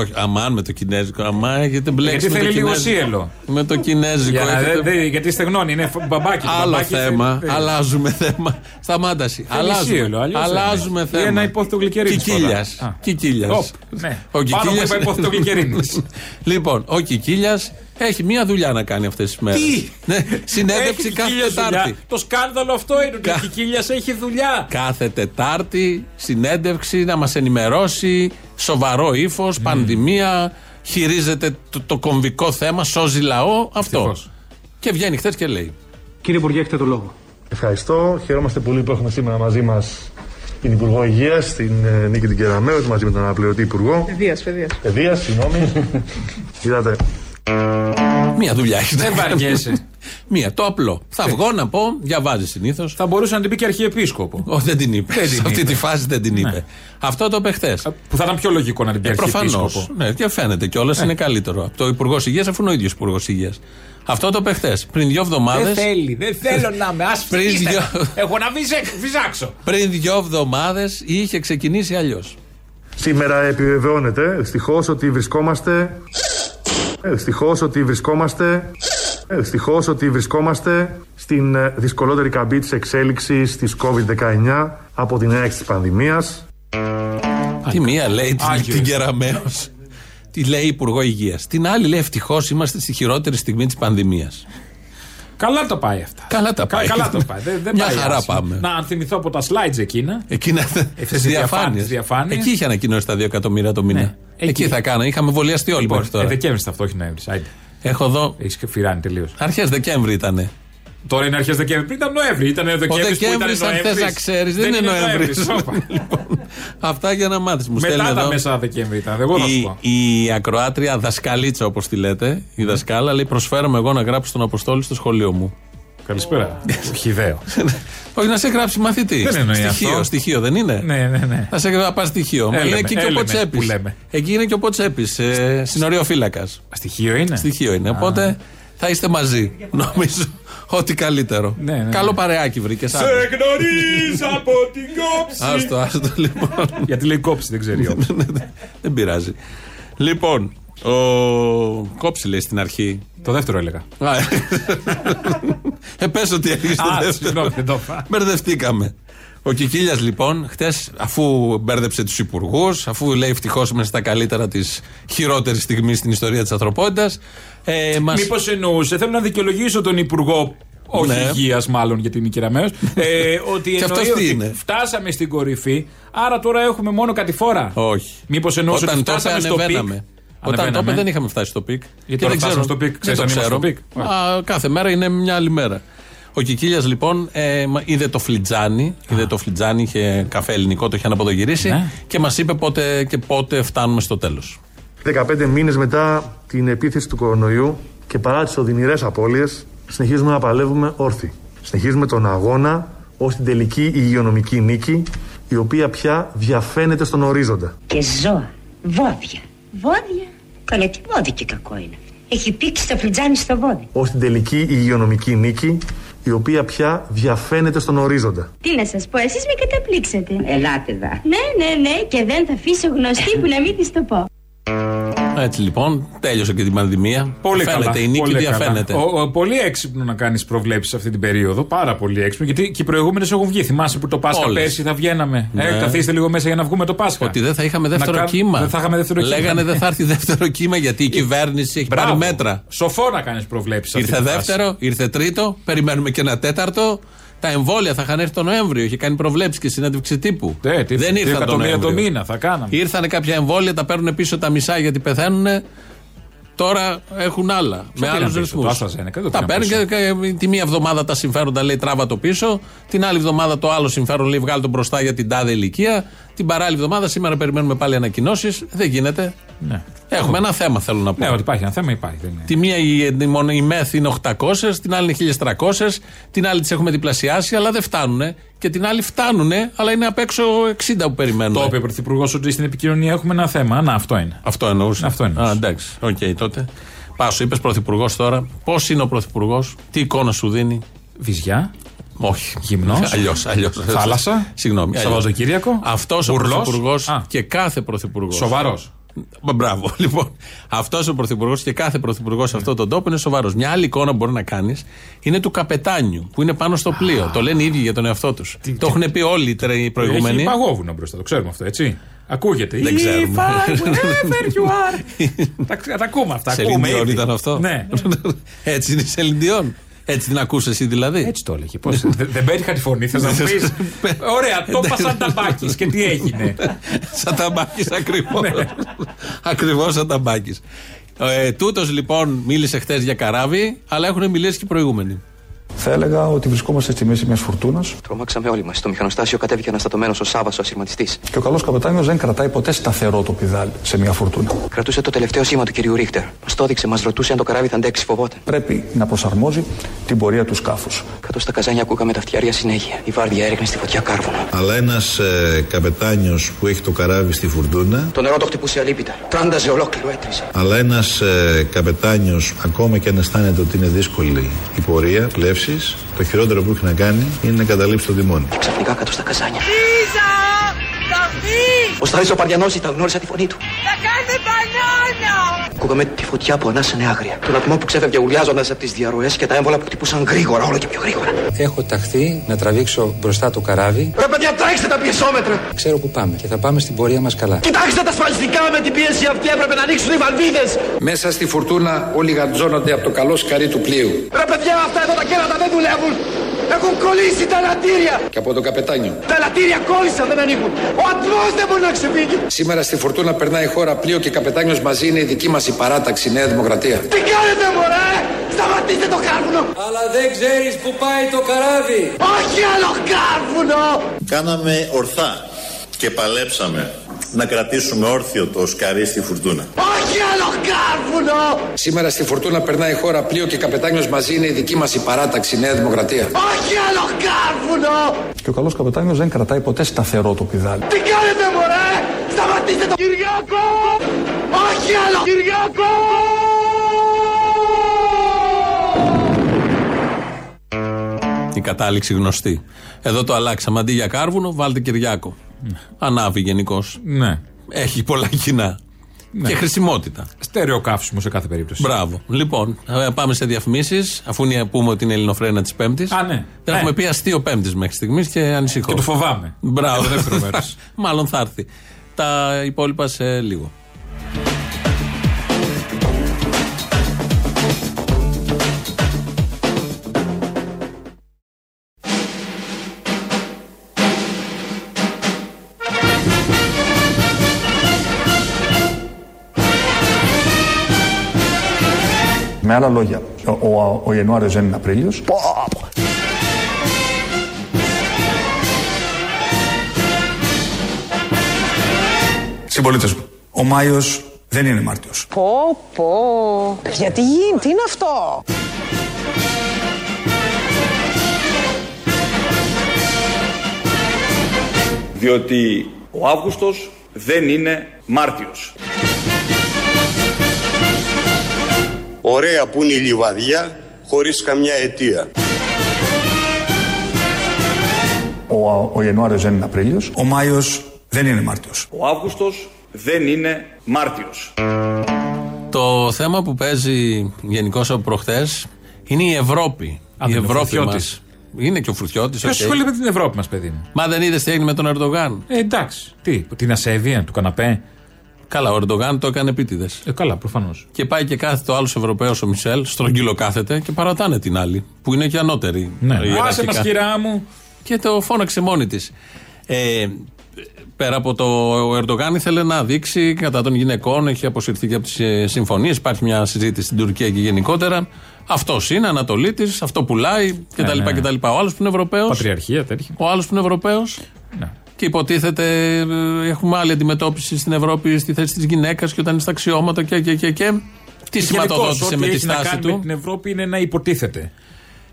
Speaker 5: Όχι, αμάν με το κινέζικο. Αμάν έχετε μπλέξει
Speaker 6: Γιατί
Speaker 5: με
Speaker 6: θέλει
Speaker 5: το
Speaker 6: λίγο
Speaker 5: κινέζικο.
Speaker 6: σύελο.
Speaker 5: Με το κινέζικο.
Speaker 6: Για να
Speaker 5: έχετε-
Speaker 6: δε- δε- γιατί στεγνώνει, είναι φ- μπαμπάκι.
Speaker 5: Άλλο
Speaker 6: μπαμπάκι,
Speaker 5: θέμα.
Speaker 6: θέλει-
Speaker 5: Αλλάζουμε θέμα. Σταμάταση.
Speaker 6: Θέλει σύελο,
Speaker 5: Αλλάζουμε,
Speaker 6: αλλιώς
Speaker 5: αλλάζουμε
Speaker 6: δεν είναι.
Speaker 5: θέμα.
Speaker 6: Ή ένα υπόθετογλυκερίνη
Speaker 5: Κικίλια.
Speaker 6: φορά. Α.
Speaker 5: Κικίλιας.
Speaker 6: Οπ, ναι. Πάνω μου είπα υπόθετογλυκερίνη.
Speaker 5: λοιπόν, ο Κικίλιας έχει μία δουλειά να κάνει αυτές τις μέρες.
Speaker 6: Τι!
Speaker 5: Ναι, συνέντευξη
Speaker 6: Έχει
Speaker 5: κάθε
Speaker 6: Κικίλιας δουλειά.
Speaker 5: Τετάρτη.
Speaker 6: Το σκάνδαλο αυτό είναι ότι
Speaker 5: Κα-
Speaker 6: ο Κικίλια έχει δουλειά.
Speaker 5: Κάθε Τετάρτη συνέντευξη να μας ενημερώσει. Σοβαρό ύφος,
Speaker 6: Mm.
Speaker 5: πανδημία. Χειρίζεται το, το κομβικό θέμα, σώζει λαό. Αυτό. Και βγαίνει χθες και λέει.
Speaker 12: Κύριε Υπουργέ, έχετε το λόγο.
Speaker 13: Ευχαριστώ. Χαιρόμαστε πολύ που έχουμε σήμερα μαζί μας την Υπουργό Υγείας, την ε, Νίκη την Κεραμέως, μαζί με τον αναπληρωτή Υπουργό.
Speaker 12: Παιδείας, παιδείας.
Speaker 13: Παιδείας, συγγνώμη. Είδατε.
Speaker 5: Μία δουλειά έχει.
Speaker 6: Δεν βαριέσαι.
Speaker 5: Μία, το απλό. Θα βγω να πω, διαβάζει συνήθως.
Speaker 6: Θα μπορούσε να την πει και αρχιεπίσκοπο.
Speaker 5: Όχι, δεν την είπε.
Speaker 6: Δεν την
Speaker 5: Σε
Speaker 6: είπε.
Speaker 5: αυτή
Speaker 6: Ναι.
Speaker 5: τη φάση δεν την είπε. Αυτό το είπε χθες.
Speaker 6: Που θα ήταν πιο λογικό να την πει
Speaker 5: Ε, Προφανώς.
Speaker 6: αρχιεπίσκοπο.
Speaker 5: Ναι, και φαίνεται κιόλας
Speaker 6: Ε.
Speaker 5: είναι καλύτερο. Από το Υπουργός Υγείας, αφού είναι ο ίδιος Υπουργός Υγείας. Αυτό το είπε χθες. Πριν δύο εβδομάδες.
Speaker 6: Δεν θέλει, δεν θέλω να είμαι. Ας
Speaker 5: Ε, Πριν
Speaker 6: φύγετε.
Speaker 5: δυο-
Speaker 6: Έχω να βυζέ- βυζάξω.
Speaker 5: Πριν δύο εβδομάδες είχε ξεκινήσει αλλιώς.
Speaker 13: Σήμερα επιβεβαιώνεται ευτυχώ ότι βρισκόμαστε. Ευτυχώ ότι βρισκόμαστε. Ευτυχώ ότι βρισκόμαστε στην ε, δυσκολότερη καμπή της εξέλιξης της COVID-19 από την έναρξη της πανδημίας.
Speaker 5: Τη μία λέει την-
Speaker 13: Άγιος.
Speaker 5: την Κεραμέο. Τη λέει Υπουργό Υγείας. Την άλλη λέει ευτυχώς είμαστε στη χειρότερη στιγμή της πανδημίας.
Speaker 6: Καλά τα πάει αυτά.
Speaker 5: Καλά τα
Speaker 6: Κα-
Speaker 5: πάει.
Speaker 6: Καλά το πάει. Δεν, δεν
Speaker 5: Μια
Speaker 6: πάει
Speaker 5: χαρά
Speaker 6: άσχημα.
Speaker 5: πάμε.
Speaker 6: Να αν θυμηθώ από τα slides εκείνα.
Speaker 5: Εκείνα
Speaker 6: Αυτές οι διαφάνειες, διαφάνειες. Ναι.
Speaker 5: Εκεί είχε ανακοινώσει τα 2 εκατομμύρια το μήνα. εκεί. θα κάνα. Είχαμε βολιαστεί όλοι
Speaker 6: Λοιπόν,
Speaker 5: μέχρι τώρα.
Speaker 6: ε, Δεκέμβρη ήταν αυτό, όχι Νοέμβρη.
Speaker 5: Έχω εδώ.
Speaker 6: Έχεις φυράνει τελείως.
Speaker 5: Αρχές Δεκέμβρη ήταν.
Speaker 6: Τώρα είναι αρχές Δεκέμβρη. Πριν ήταν Νοέμβρη. Ήταν Δεκέμβρη.
Speaker 5: Ο Δεκέμβρη, αν θες να ξέρεις, δεν, είναι Νοέμβρη. Αυτά για να μάθεις. Μου στέλνει
Speaker 6: Μετά τα
Speaker 5: εδώ.
Speaker 6: μέσα Δεκέμβρη ήταν. Εγώ θα σου πω. Ναι.
Speaker 5: η, η ακροάτρια δασκαλίτσα, όπως τη λέτε, η δασκάλα, λέει: Προσφέρομαι εγώ να γράψω τον Αποστόλη στο σχολείο μου.
Speaker 6: Καλησπέρα. Χιδαίο.
Speaker 5: Όχι να σε γράψει μαθητή.
Speaker 6: Δεν εννοεί
Speaker 5: στοιχείο,
Speaker 6: αυτό.
Speaker 5: στοιχείο δεν είναι.
Speaker 6: Ναι, ναι, ναι.
Speaker 5: Θα σε γράψει πας στοιχείο. Μα
Speaker 6: Έλεμε,
Speaker 5: είναι εκεί και ο
Speaker 6: έλεμε
Speaker 5: Ποτσέπης.
Speaker 6: που λέμε.
Speaker 5: Εκεί είναι και ο Ποτσέπης, ε, συνοριοφύλακας.
Speaker 6: Στοιχείο είναι.
Speaker 5: Στοιχείο είναι. Οπότε θα είστε μαζί. Νομίζω ότι καλύτερο.
Speaker 6: ναι.
Speaker 5: Καλό παρεάκι βρήκε.
Speaker 6: Σε γνωρίζω από την κόψη.
Speaker 5: Άστο, άστο λοιπόν.
Speaker 6: Γιατί λέει κόψη, δεν ξέρει όμως.
Speaker 5: Δεν πειράζει. Λοιπόν, ο Κόψη λέει στην αρχή.
Speaker 6: Το δεύτερο έλεγα.
Speaker 5: ε, πες ότι έλεγε το
Speaker 6: Α,
Speaker 5: δεύτερο.
Speaker 6: συγγνώμη, δεν το είπα.
Speaker 5: Μπερδευτήκαμε. Ο Κικίλιας λοιπόν, χτες, αφού μπέρδεψε τους υπουργούς, αφού λέει ευτυχώς είμαστε στα καλύτερα της χειρότερης στιγμής στην ιστορία της ανθρωπότητας. Ε, μας...
Speaker 6: Μήπως εννοούσε, θέλω να δικαιολογήσω τον Υπουργό όχι
Speaker 5: Ναι.
Speaker 6: υγείας, μάλλον γιατί είναι κυραμέο. ε, ότι
Speaker 5: Και αυτός
Speaker 6: εννοεί
Speaker 5: τι
Speaker 6: ότι
Speaker 5: είναι?
Speaker 6: φτάσαμε στην κορυφή, άρα τώρα έχουμε μόνο κατηφόρα.
Speaker 5: Όχι.
Speaker 6: Μήπως εννοούσε
Speaker 5: Όταν
Speaker 6: ότι
Speaker 5: το είπε,
Speaker 6: φτάσαμε στο πικ.
Speaker 5: ανεβαίναμε. Όταν το είπε, δεν είχαμε φτάσει στο πικ. Και
Speaker 6: τώρα φτάσαμε
Speaker 5: δεν ξέρω.
Speaker 6: στο πικ.
Speaker 5: Δεν
Speaker 6: Ξέρεις
Speaker 5: το
Speaker 6: αν είμαστε
Speaker 5: ξέρω.
Speaker 6: στο πικ.
Speaker 5: Α, κάθε μέρα είναι μια άλλη μέρα. Ο Κικίλιας λοιπόν ε, μα- είδε το φλιτζάνι. Είδε το φλιτζάνι, είχε καφέ ελληνικό, το είχε αναποδογυρίσει
Speaker 13: Ναι.
Speaker 5: και μας είπε πότε και πότε φτάνουμε στο τέλος.
Speaker 13: 15 μήνες μετά την επίθεση του κορονοϊού και παρά τις οδυνηρές απώλειες, συνεχίζουμε να παλεύουμε όρθιοι. Συνεχίζουμε τον αγώνα ως την τελική υγειονομική νίκη, η οποία πια διαφαίνεται στον ορίζοντα.
Speaker 14: Και ζώα, βόδια. Βόδια. Καλά, τι βόδι και κακό είναι. Έχει πήξει το φλιτζάνι στο βόδι.
Speaker 13: Ως την τελική υγειονομική νίκη, η οποία πια διαφαίνεται στον ορίζοντα.
Speaker 15: Τι να σας πω, εσείς με καταπλήξατε.
Speaker 14: Ελάτε δα.
Speaker 15: Ναι, ναι, ναι, και δεν θα αφήσω γνωστή που να μην της το πω.
Speaker 5: Έτσι λοιπόν, τέλειωσε και την πανδημία.
Speaker 6: Πολύ
Speaker 5: Φαίνεται,
Speaker 6: καλά.
Speaker 5: η νίκη
Speaker 6: πολύ καλά.
Speaker 5: διαφαίνεται.
Speaker 6: Ο, ο, πολύ έξυπνο να κάνεις προβλέψεις αυτή την περίοδο. Πάρα πολύ έξυπνο. Γιατί και οι προηγούμενες έχουν βγει. Θυμάσαι που το Πάσχα
Speaker 5: Όλες.
Speaker 6: πέρσι θα βγαίναμε.
Speaker 5: Ναι.
Speaker 6: Ε, καθίστε λίγο μέσα για να βγούμε το Πάσχα.
Speaker 5: Ότι δεν θα είχαμε δεύτερο
Speaker 6: Να κα-
Speaker 5: κύμα.
Speaker 6: Δεν θα είχαμε δεύτερο κύμα. Ε,
Speaker 5: Λέγανε δεν θα έρθει δεύτερο κύμα γιατί η κυβέρνηση έχει πάρει
Speaker 6: Μπράβο.
Speaker 5: μέτρα.
Speaker 6: Σοφό να κάνεις προβλέψεις.
Speaker 5: Ήρθε δεύτερο, ήρθε τρίτο, περιμένουμε και ένα τέταρτο. Τα εμβόλια θα είχαν έρθει τον Νοέμβριο, είχε κάνει προβλέψεις και συνέντευξη τύπου. Δεν
Speaker 6: Ναι, Ε, Τι
Speaker 5: ήρθαν τον
Speaker 6: εκατομμύρια το
Speaker 5: Νοέμβριο.
Speaker 6: μήνα θα κάναμε.
Speaker 5: Ήρθανε κάποια εμβόλια, τα παίρνουν πίσω τα μισά γιατί πεθαίνουν. Τώρα έχουν άλλα. με
Speaker 6: πήραν
Speaker 5: άλλου
Speaker 6: πίσω,
Speaker 5: ρυθμούς.
Speaker 6: το AstraZeneca, δεν το
Speaker 5: Τα
Speaker 6: πήραν
Speaker 5: παίρνουν και
Speaker 6: πίσω.
Speaker 5: και τη μία εβδομάδα τα συμφέροντα λέει τράβα το πίσω. Την άλλη εβδομάδα το άλλο συμφέρον λέει βγάλει τον μπροστά για την τάδε ηλικία. Την παράλληλη εβδομάδα σήμερα περιμένουμε πάλι ανακοινώσεις. Δεν γίνεται.
Speaker 6: Ναι.
Speaker 5: Έχουμε ένα θέμα θέλω να πω.
Speaker 6: Ναι, ότι υπάρχει ένα θέμα, υπάρχει. δεν είναι.
Speaker 5: Τη μία η, η, μονο- η μεθ είναι 800, την άλλη είναι 1300, την άλλη τις έχουμε διπλασιάσει, αλλά δεν φτάνουν. Και την άλλη φτάνουν, αλλά είναι απ' έξω 60 που περιμένουν.
Speaker 6: Το είπε ο Πρωθυπουργός ότι στην επικοινωνία έχουμε ένα θέμα. Να, αυτό είναι.
Speaker 5: Αυτό εννοούσες.
Speaker 6: Αυτό εννοούσες.
Speaker 5: Α, εντάξει. Οκ, τότε. Πάσο, είπες πρωθυπουργός τώρα. Πώς είναι ο πρωθυπουργός, τι εικόνα σου δίνει.
Speaker 6: Βυζιά.
Speaker 5: Όχι.
Speaker 6: Γυμνός.
Speaker 5: Αλλιώς. Αλλιώς.
Speaker 6: Θάλασσα.
Speaker 5: Συγγνώμη.
Speaker 6: Στο Βαζοκύριακο.
Speaker 5: Αυτός ο
Speaker 6: Ουρλός.
Speaker 5: πρωθυπουργός
Speaker 6: Α.
Speaker 5: και κάθε πρωθυπουργός.
Speaker 6: Σοβαρός.
Speaker 5: Μπράβο. Λοιπόν, αυτός ο πρωθυπουργός και κάθε πρωθυπουργός σε αυτόν τον τόπο είναι σοβαρός. Μια άλλη εικόνα που μπορεί να κάνεις είναι του καπετάνιου που είναι πάνω στο πλοίο. Το λένε οι ίδιοι για τον εαυτό τους. Το έχουν πει όλοι οι τρε- οι
Speaker 6: Έχει
Speaker 5: προηγούμενοι.
Speaker 6: παγόβουνα μπροστά, το ξέρουμε αυτό, έτσι. Ακούγεται.
Speaker 5: Δεν
Speaker 6: If
Speaker 5: ξέρουμε.
Speaker 6: I wherever you are. τα, τα ακούμε αυτά.
Speaker 5: Σελήν
Speaker 6: Ακούμε
Speaker 5: Διόν
Speaker 6: ήδη.
Speaker 5: ήταν αυτό.
Speaker 6: Ναι.
Speaker 5: Έτσι είναι η Σελήν Διόν. Έτσι την ακούσε εσύ δηλαδή.
Speaker 6: Έτσι το έλεγε. Πώς, δε- δεν πέτυχα τη φωνή, θες να μου πεις. Ωραία, το
Speaker 5: Ναι.
Speaker 6: είπα σαν ταμπάκι και τι έγινε. Ναι.
Speaker 5: Σαν ταμπάκι ακριβώ. Ακριβώς σαν ταμπάκι. Ε, Τούτος λοιπόν μίλησε χθες για καράβι, αλλά έχουν μιλήσει και οι προηγούμενοι.
Speaker 1: Θα έλεγα ότι βρισκόμαστε στη μέση μιας φουρτούνας
Speaker 12: Τρομάξαμε όλοι μας. Στο μηχανοστάσιο κατέβηκε αναστατωμένος ο Σάβα, ο ασυρματιστή.
Speaker 1: και ο καλός καπετάνιος δεν κρατάει ποτέ σταθερό το πιδάλι σε μια φουρτούνα.
Speaker 12: Κρατούσε το τελευταίο σήμα του κυρίου Ρίχτερ. Μας το έδειξε, μας ρωτούσε αν το καράβι θα αντέξει, φοβόταν.
Speaker 1: Πρέπει να προσαρμόζει την πορεία του σκάφους.
Speaker 12: Κάτω στα καζάνια ακούγαμε τα φτιάρια συνέχεια. Η βάρδια έρεχνε στη φωτιά κάρβουνα.
Speaker 16: Αλλά ένας ε, καπετάνιος που έχει το καράβι στη φουρτούνα.
Speaker 12: Το νερό το χτυπούσε αλίπητα. Τράνταζε ολόκληρο, έτριζε.
Speaker 16: Αλλά ένας ε, καπετάνιος, ακόμα και αν αισθάνεται ότι είναι δύσκολη η πορεία, κλέψει, το χειρότερο που έχει να κάνει είναι να καταλήψει το τιμόνι.
Speaker 12: Ξαφνικά κάτω στα καζάνια. Ο Στάρι ο Παριανός ήταν, γνώρισα τη φωνή του. Ακούγαμε τη φωτιά που ανάσανε άγρια. Τον ατμό που ξέφευγε ουλιάζοντα από τις διαρροές και τα έμβολα που χτυπούσαν γρήγορα, όλο και πιο γρήγορα.
Speaker 17: Έχω ταχθεί να τραβήξω μπροστά το καράβι.
Speaker 12: Ρε παιδιά, τρέξτε τα πιεσόμετρα!
Speaker 17: Ξέρω που πάμε και θα πάμε στην πορεία μας καλά.
Speaker 12: Κοιτάξτε τα σφαλιστικά με την πίεση αυτή έπρεπε να ανοίξουν οι βαλβίδες!
Speaker 18: Μέσα στη φουρτούνα όλοι γαντζώνονται από το καλό σκαρί του πλοίου
Speaker 12: Ρε παιδιά, αυτά εδώ τα κέρατα δεν δουλεύουν! Έχουν κολλήσει τα λατήρια!
Speaker 18: και από τον καπετάνιο.
Speaker 12: Τα λατήρια κόλλησαν, δεν ανοίγουν! Ο ατμός δεν μπορεί να ξεφύγει!
Speaker 18: Σήμερα στη φουρτούνα περνάει χώρα πλοίο και καπετάνιος μαζί είναι η δική μας η παράταξη Νέα Δημοκρατία.
Speaker 12: Τι κάνετε, μωρέ! Σταματήστε το κάρβουνο!
Speaker 17: Αλλά δεν ξέρεις που πάει το καράβι.
Speaker 12: Όχι άλλο κάρβουνο!
Speaker 16: Κάναμε ορθά και παλέψαμε να κρατήσουμε όρθιο το σκαρί στη φουρτούνα.
Speaker 12: Όχι άλλο κάρβουνο!
Speaker 18: Σήμερα στη φουρτούνα περνάει χώρα πλοίο και καπετάνιος μαζί είναι η δική μας η παράταξη Νέα Δημοκρατία.
Speaker 12: Όχι άλλο κάρβουνο!
Speaker 1: Και ο καλός καπετάνιος δεν κρατάει ποτέ σταθερό το πιδάλι.
Speaker 12: Τι κάνετε, μωρέ! Σταματήστε το Κυριάκο! Όχι άλλο Κυριάκο!
Speaker 5: Η κατάληξη γνωστή. Εδώ το αλλάξαμε. Αντί για κάρβουνο, βάλτε Κυριάκο. Ανάβει γενικώς.
Speaker 6: Ναι.
Speaker 5: Έχει πολλά κοινά. Και χρησιμότητα.
Speaker 6: Στερεοκαύσιμο σε κάθε περίπτωση.
Speaker 5: Μπράβο. Λοιπόν, ε, πάμε σε διαφημίσεις, αφού είναι- πούμε ότι είναι ελληνοφρένα της Πέμπτης.
Speaker 6: Α, ναι.
Speaker 5: Δεν
Speaker 6: Ε.
Speaker 5: έχουμε πει αστείο Πέμπτης μέχρι στιγμής και ανησυχώ.
Speaker 6: Και το φοβάμαι.
Speaker 5: Μπράβο.
Speaker 6: Για το δεύτερο μέρος.
Speaker 5: Μάλλον θα έρθει. Τα υπόλοιπα σε λίγο.
Speaker 1: Με άλλα λόγια, ο, ο, ο Ιανουάριος δεν είναι Απρίλιος. Συμπολίτε μου. Ο Μάιος δεν είναι Μάρτιος.
Speaker 3: Πω, πω. Παιδιά, τι γίνεται, τι είναι αυτό.
Speaker 2: Διότι ο Αύγουστος δεν είναι Μάρτιος.
Speaker 4: Ωραία που είναι η λιβαδιά χωρίς καμιά αιτία.
Speaker 1: Ο, ο Ιανουάριος δεν είναι Απρίλιος. Ο Μάιος δεν είναι Μάρτιος.
Speaker 2: Ο Αύγουστος δεν είναι Μάρτιος.
Speaker 5: Το θέμα που παίζει γενικώ από προχτέ είναι η Ευρώπη.
Speaker 6: δεν
Speaker 5: η
Speaker 6: είναι ο
Speaker 5: Ευρώπη
Speaker 6: Φρουθιώτης.
Speaker 5: μας. Είναι και ο Φρουθιώτης.
Speaker 6: Ποιος ασχολείται με την Ευρώπη μας, παιδί μου.
Speaker 5: Μα δεν είδε τι έγινε με τον Ερντογάν.
Speaker 6: Ε, εντάξει. Τι, την ασέβεια του καναπέ.
Speaker 5: Καλά, ο Ερντογάν το έκανε επίτηδες.
Speaker 6: Ε, καλά, προφανώς.
Speaker 5: Και πάει και κάθεται ο άλλος Ευρωπαίος, ο Μισελ, στρογγύλο κάθεται και παρατάνε την άλλη, που είναι και ανώτερη.
Speaker 6: Ναι. Άσε
Speaker 5: ιεραρχικά.
Speaker 6: μας, κυρά μου.
Speaker 5: Και το φώναξε μόνη της. Ε, πέρα από το ο Ερντογάν ήθελε να δείξει κατά των γυναικών, έχει αποσυρθεί και από τις συμφωνίες. Υπάρχει μια συζήτηση στην Τουρκία και γενικότερα. Αυτός είναι Ανατολίτης, αυτό πουλάει κτλ.
Speaker 6: ναι.
Speaker 5: κτλ. Ο άλλος που είναι Ευρωπαίος.
Speaker 6: Πατριαρχία, τέτοια.
Speaker 5: Ο άλλος που είναι Ευρωπαίος.
Speaker 6: Ναι.
Speaker 5: Και υποτίθεται ε, έχουμε άλλη αντιμετώπιση στην Ευρώπη στη θέση της γυναίκας και όταν είναι στα αξιώματα και. και, και, και. Τι
Speaker 6: Γενικώς,
Speaker 5: σηματοδότησε
Speaker 6: ό,τι
Speaker 5: με τη
Speaker 6: έχει να
Speaker 5: στάση
Speaker 6: κάνει
Speaker 5: του.
Speaker 6: Με την Ευρώπη είναι να υποτίθεται.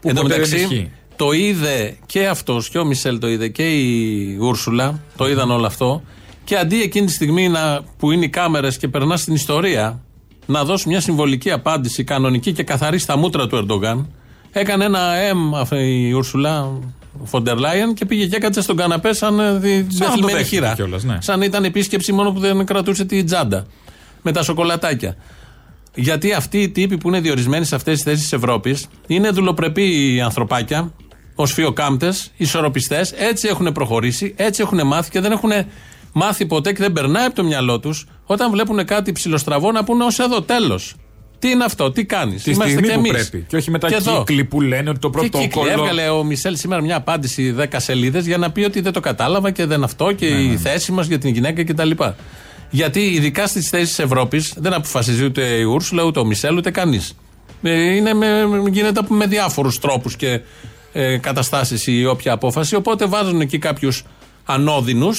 Speaker 6: Που
Speaker 5: Εν τω
Speaker 6: ποτέ δεν
Speaker 5: μεταξύ,
Speaker 6: ισχύει.
Speaker 5: το είδε και αυτός και ο Μισελ το είδε και η Ούρσουλα. Το είδαν όλο αυτό. Και αντί εκείνη τη στιγμή να, που είναι οι κάμερες και περνά στην ιστορία, να δώσουν μια συμβολική απάντηση κανονική και καθαρή στα μούτρα του Ερντογάν, Έκανε ένα M αυτή η Ούρσουλα Φοντερ Λάιεν και πήγε και έκατσε στον καναπέ σαν διεθυμένη χείρα.
Speaker 6: κιόλας, ναι.
Speaker 5: Σαν ήταν επίσκεψη μόνο που δεν κρατούσε τη τζάντα. Με τα σοκολατάκια. Γιατί αυτοί οι τύποι που είναι διορισμένοι σε αυτές τις θέσεις της Ευρώπης είναι δουλοπρεπή ανθρωπάκια, ως φιοκάμπτες, ισορροπιστές. Έτσι έχουν προχωρήσει, έτσι έχουν μάθει και δεν έχουν μάθει ποτέ και δεν περνάει από το μυαλό τους όταν βλέπουν κάτι ψηλοστραβό να πούνε ως εδώ, τέλος. Τι είναι αυτό, τι κάνεις.
Speaker 6: Τη στιγμή που πρέπει. Και όχι με τα κύκλοι που λένε ότι το
Speaker 5: Και κύκλοι.
Speaker 6: πρωτόκολλο.
Speaker 5: Έβγαλε ο Μισελ σήμερα μια απάντηση 10 σελίδες για να πει ότι δεν το κατάλαβα και δεν αυτό και
Speaker 6: Ναι,
Speaker 5: η θέση μας για την γυναίκα κτλ. Γιατί ειδικά στις θέσεις τη Ευρώπης δεν αποφασίζει ούτε η Ούρσουλα, ούτε ο Μισελ, ούτε κανείς. Είναι με, γίνεται από- με διάφορους τρόπους και ε, καταστάσεις η όποια απόφαση. Οπότε βάζουν εκεί κάποιους ανώδυνους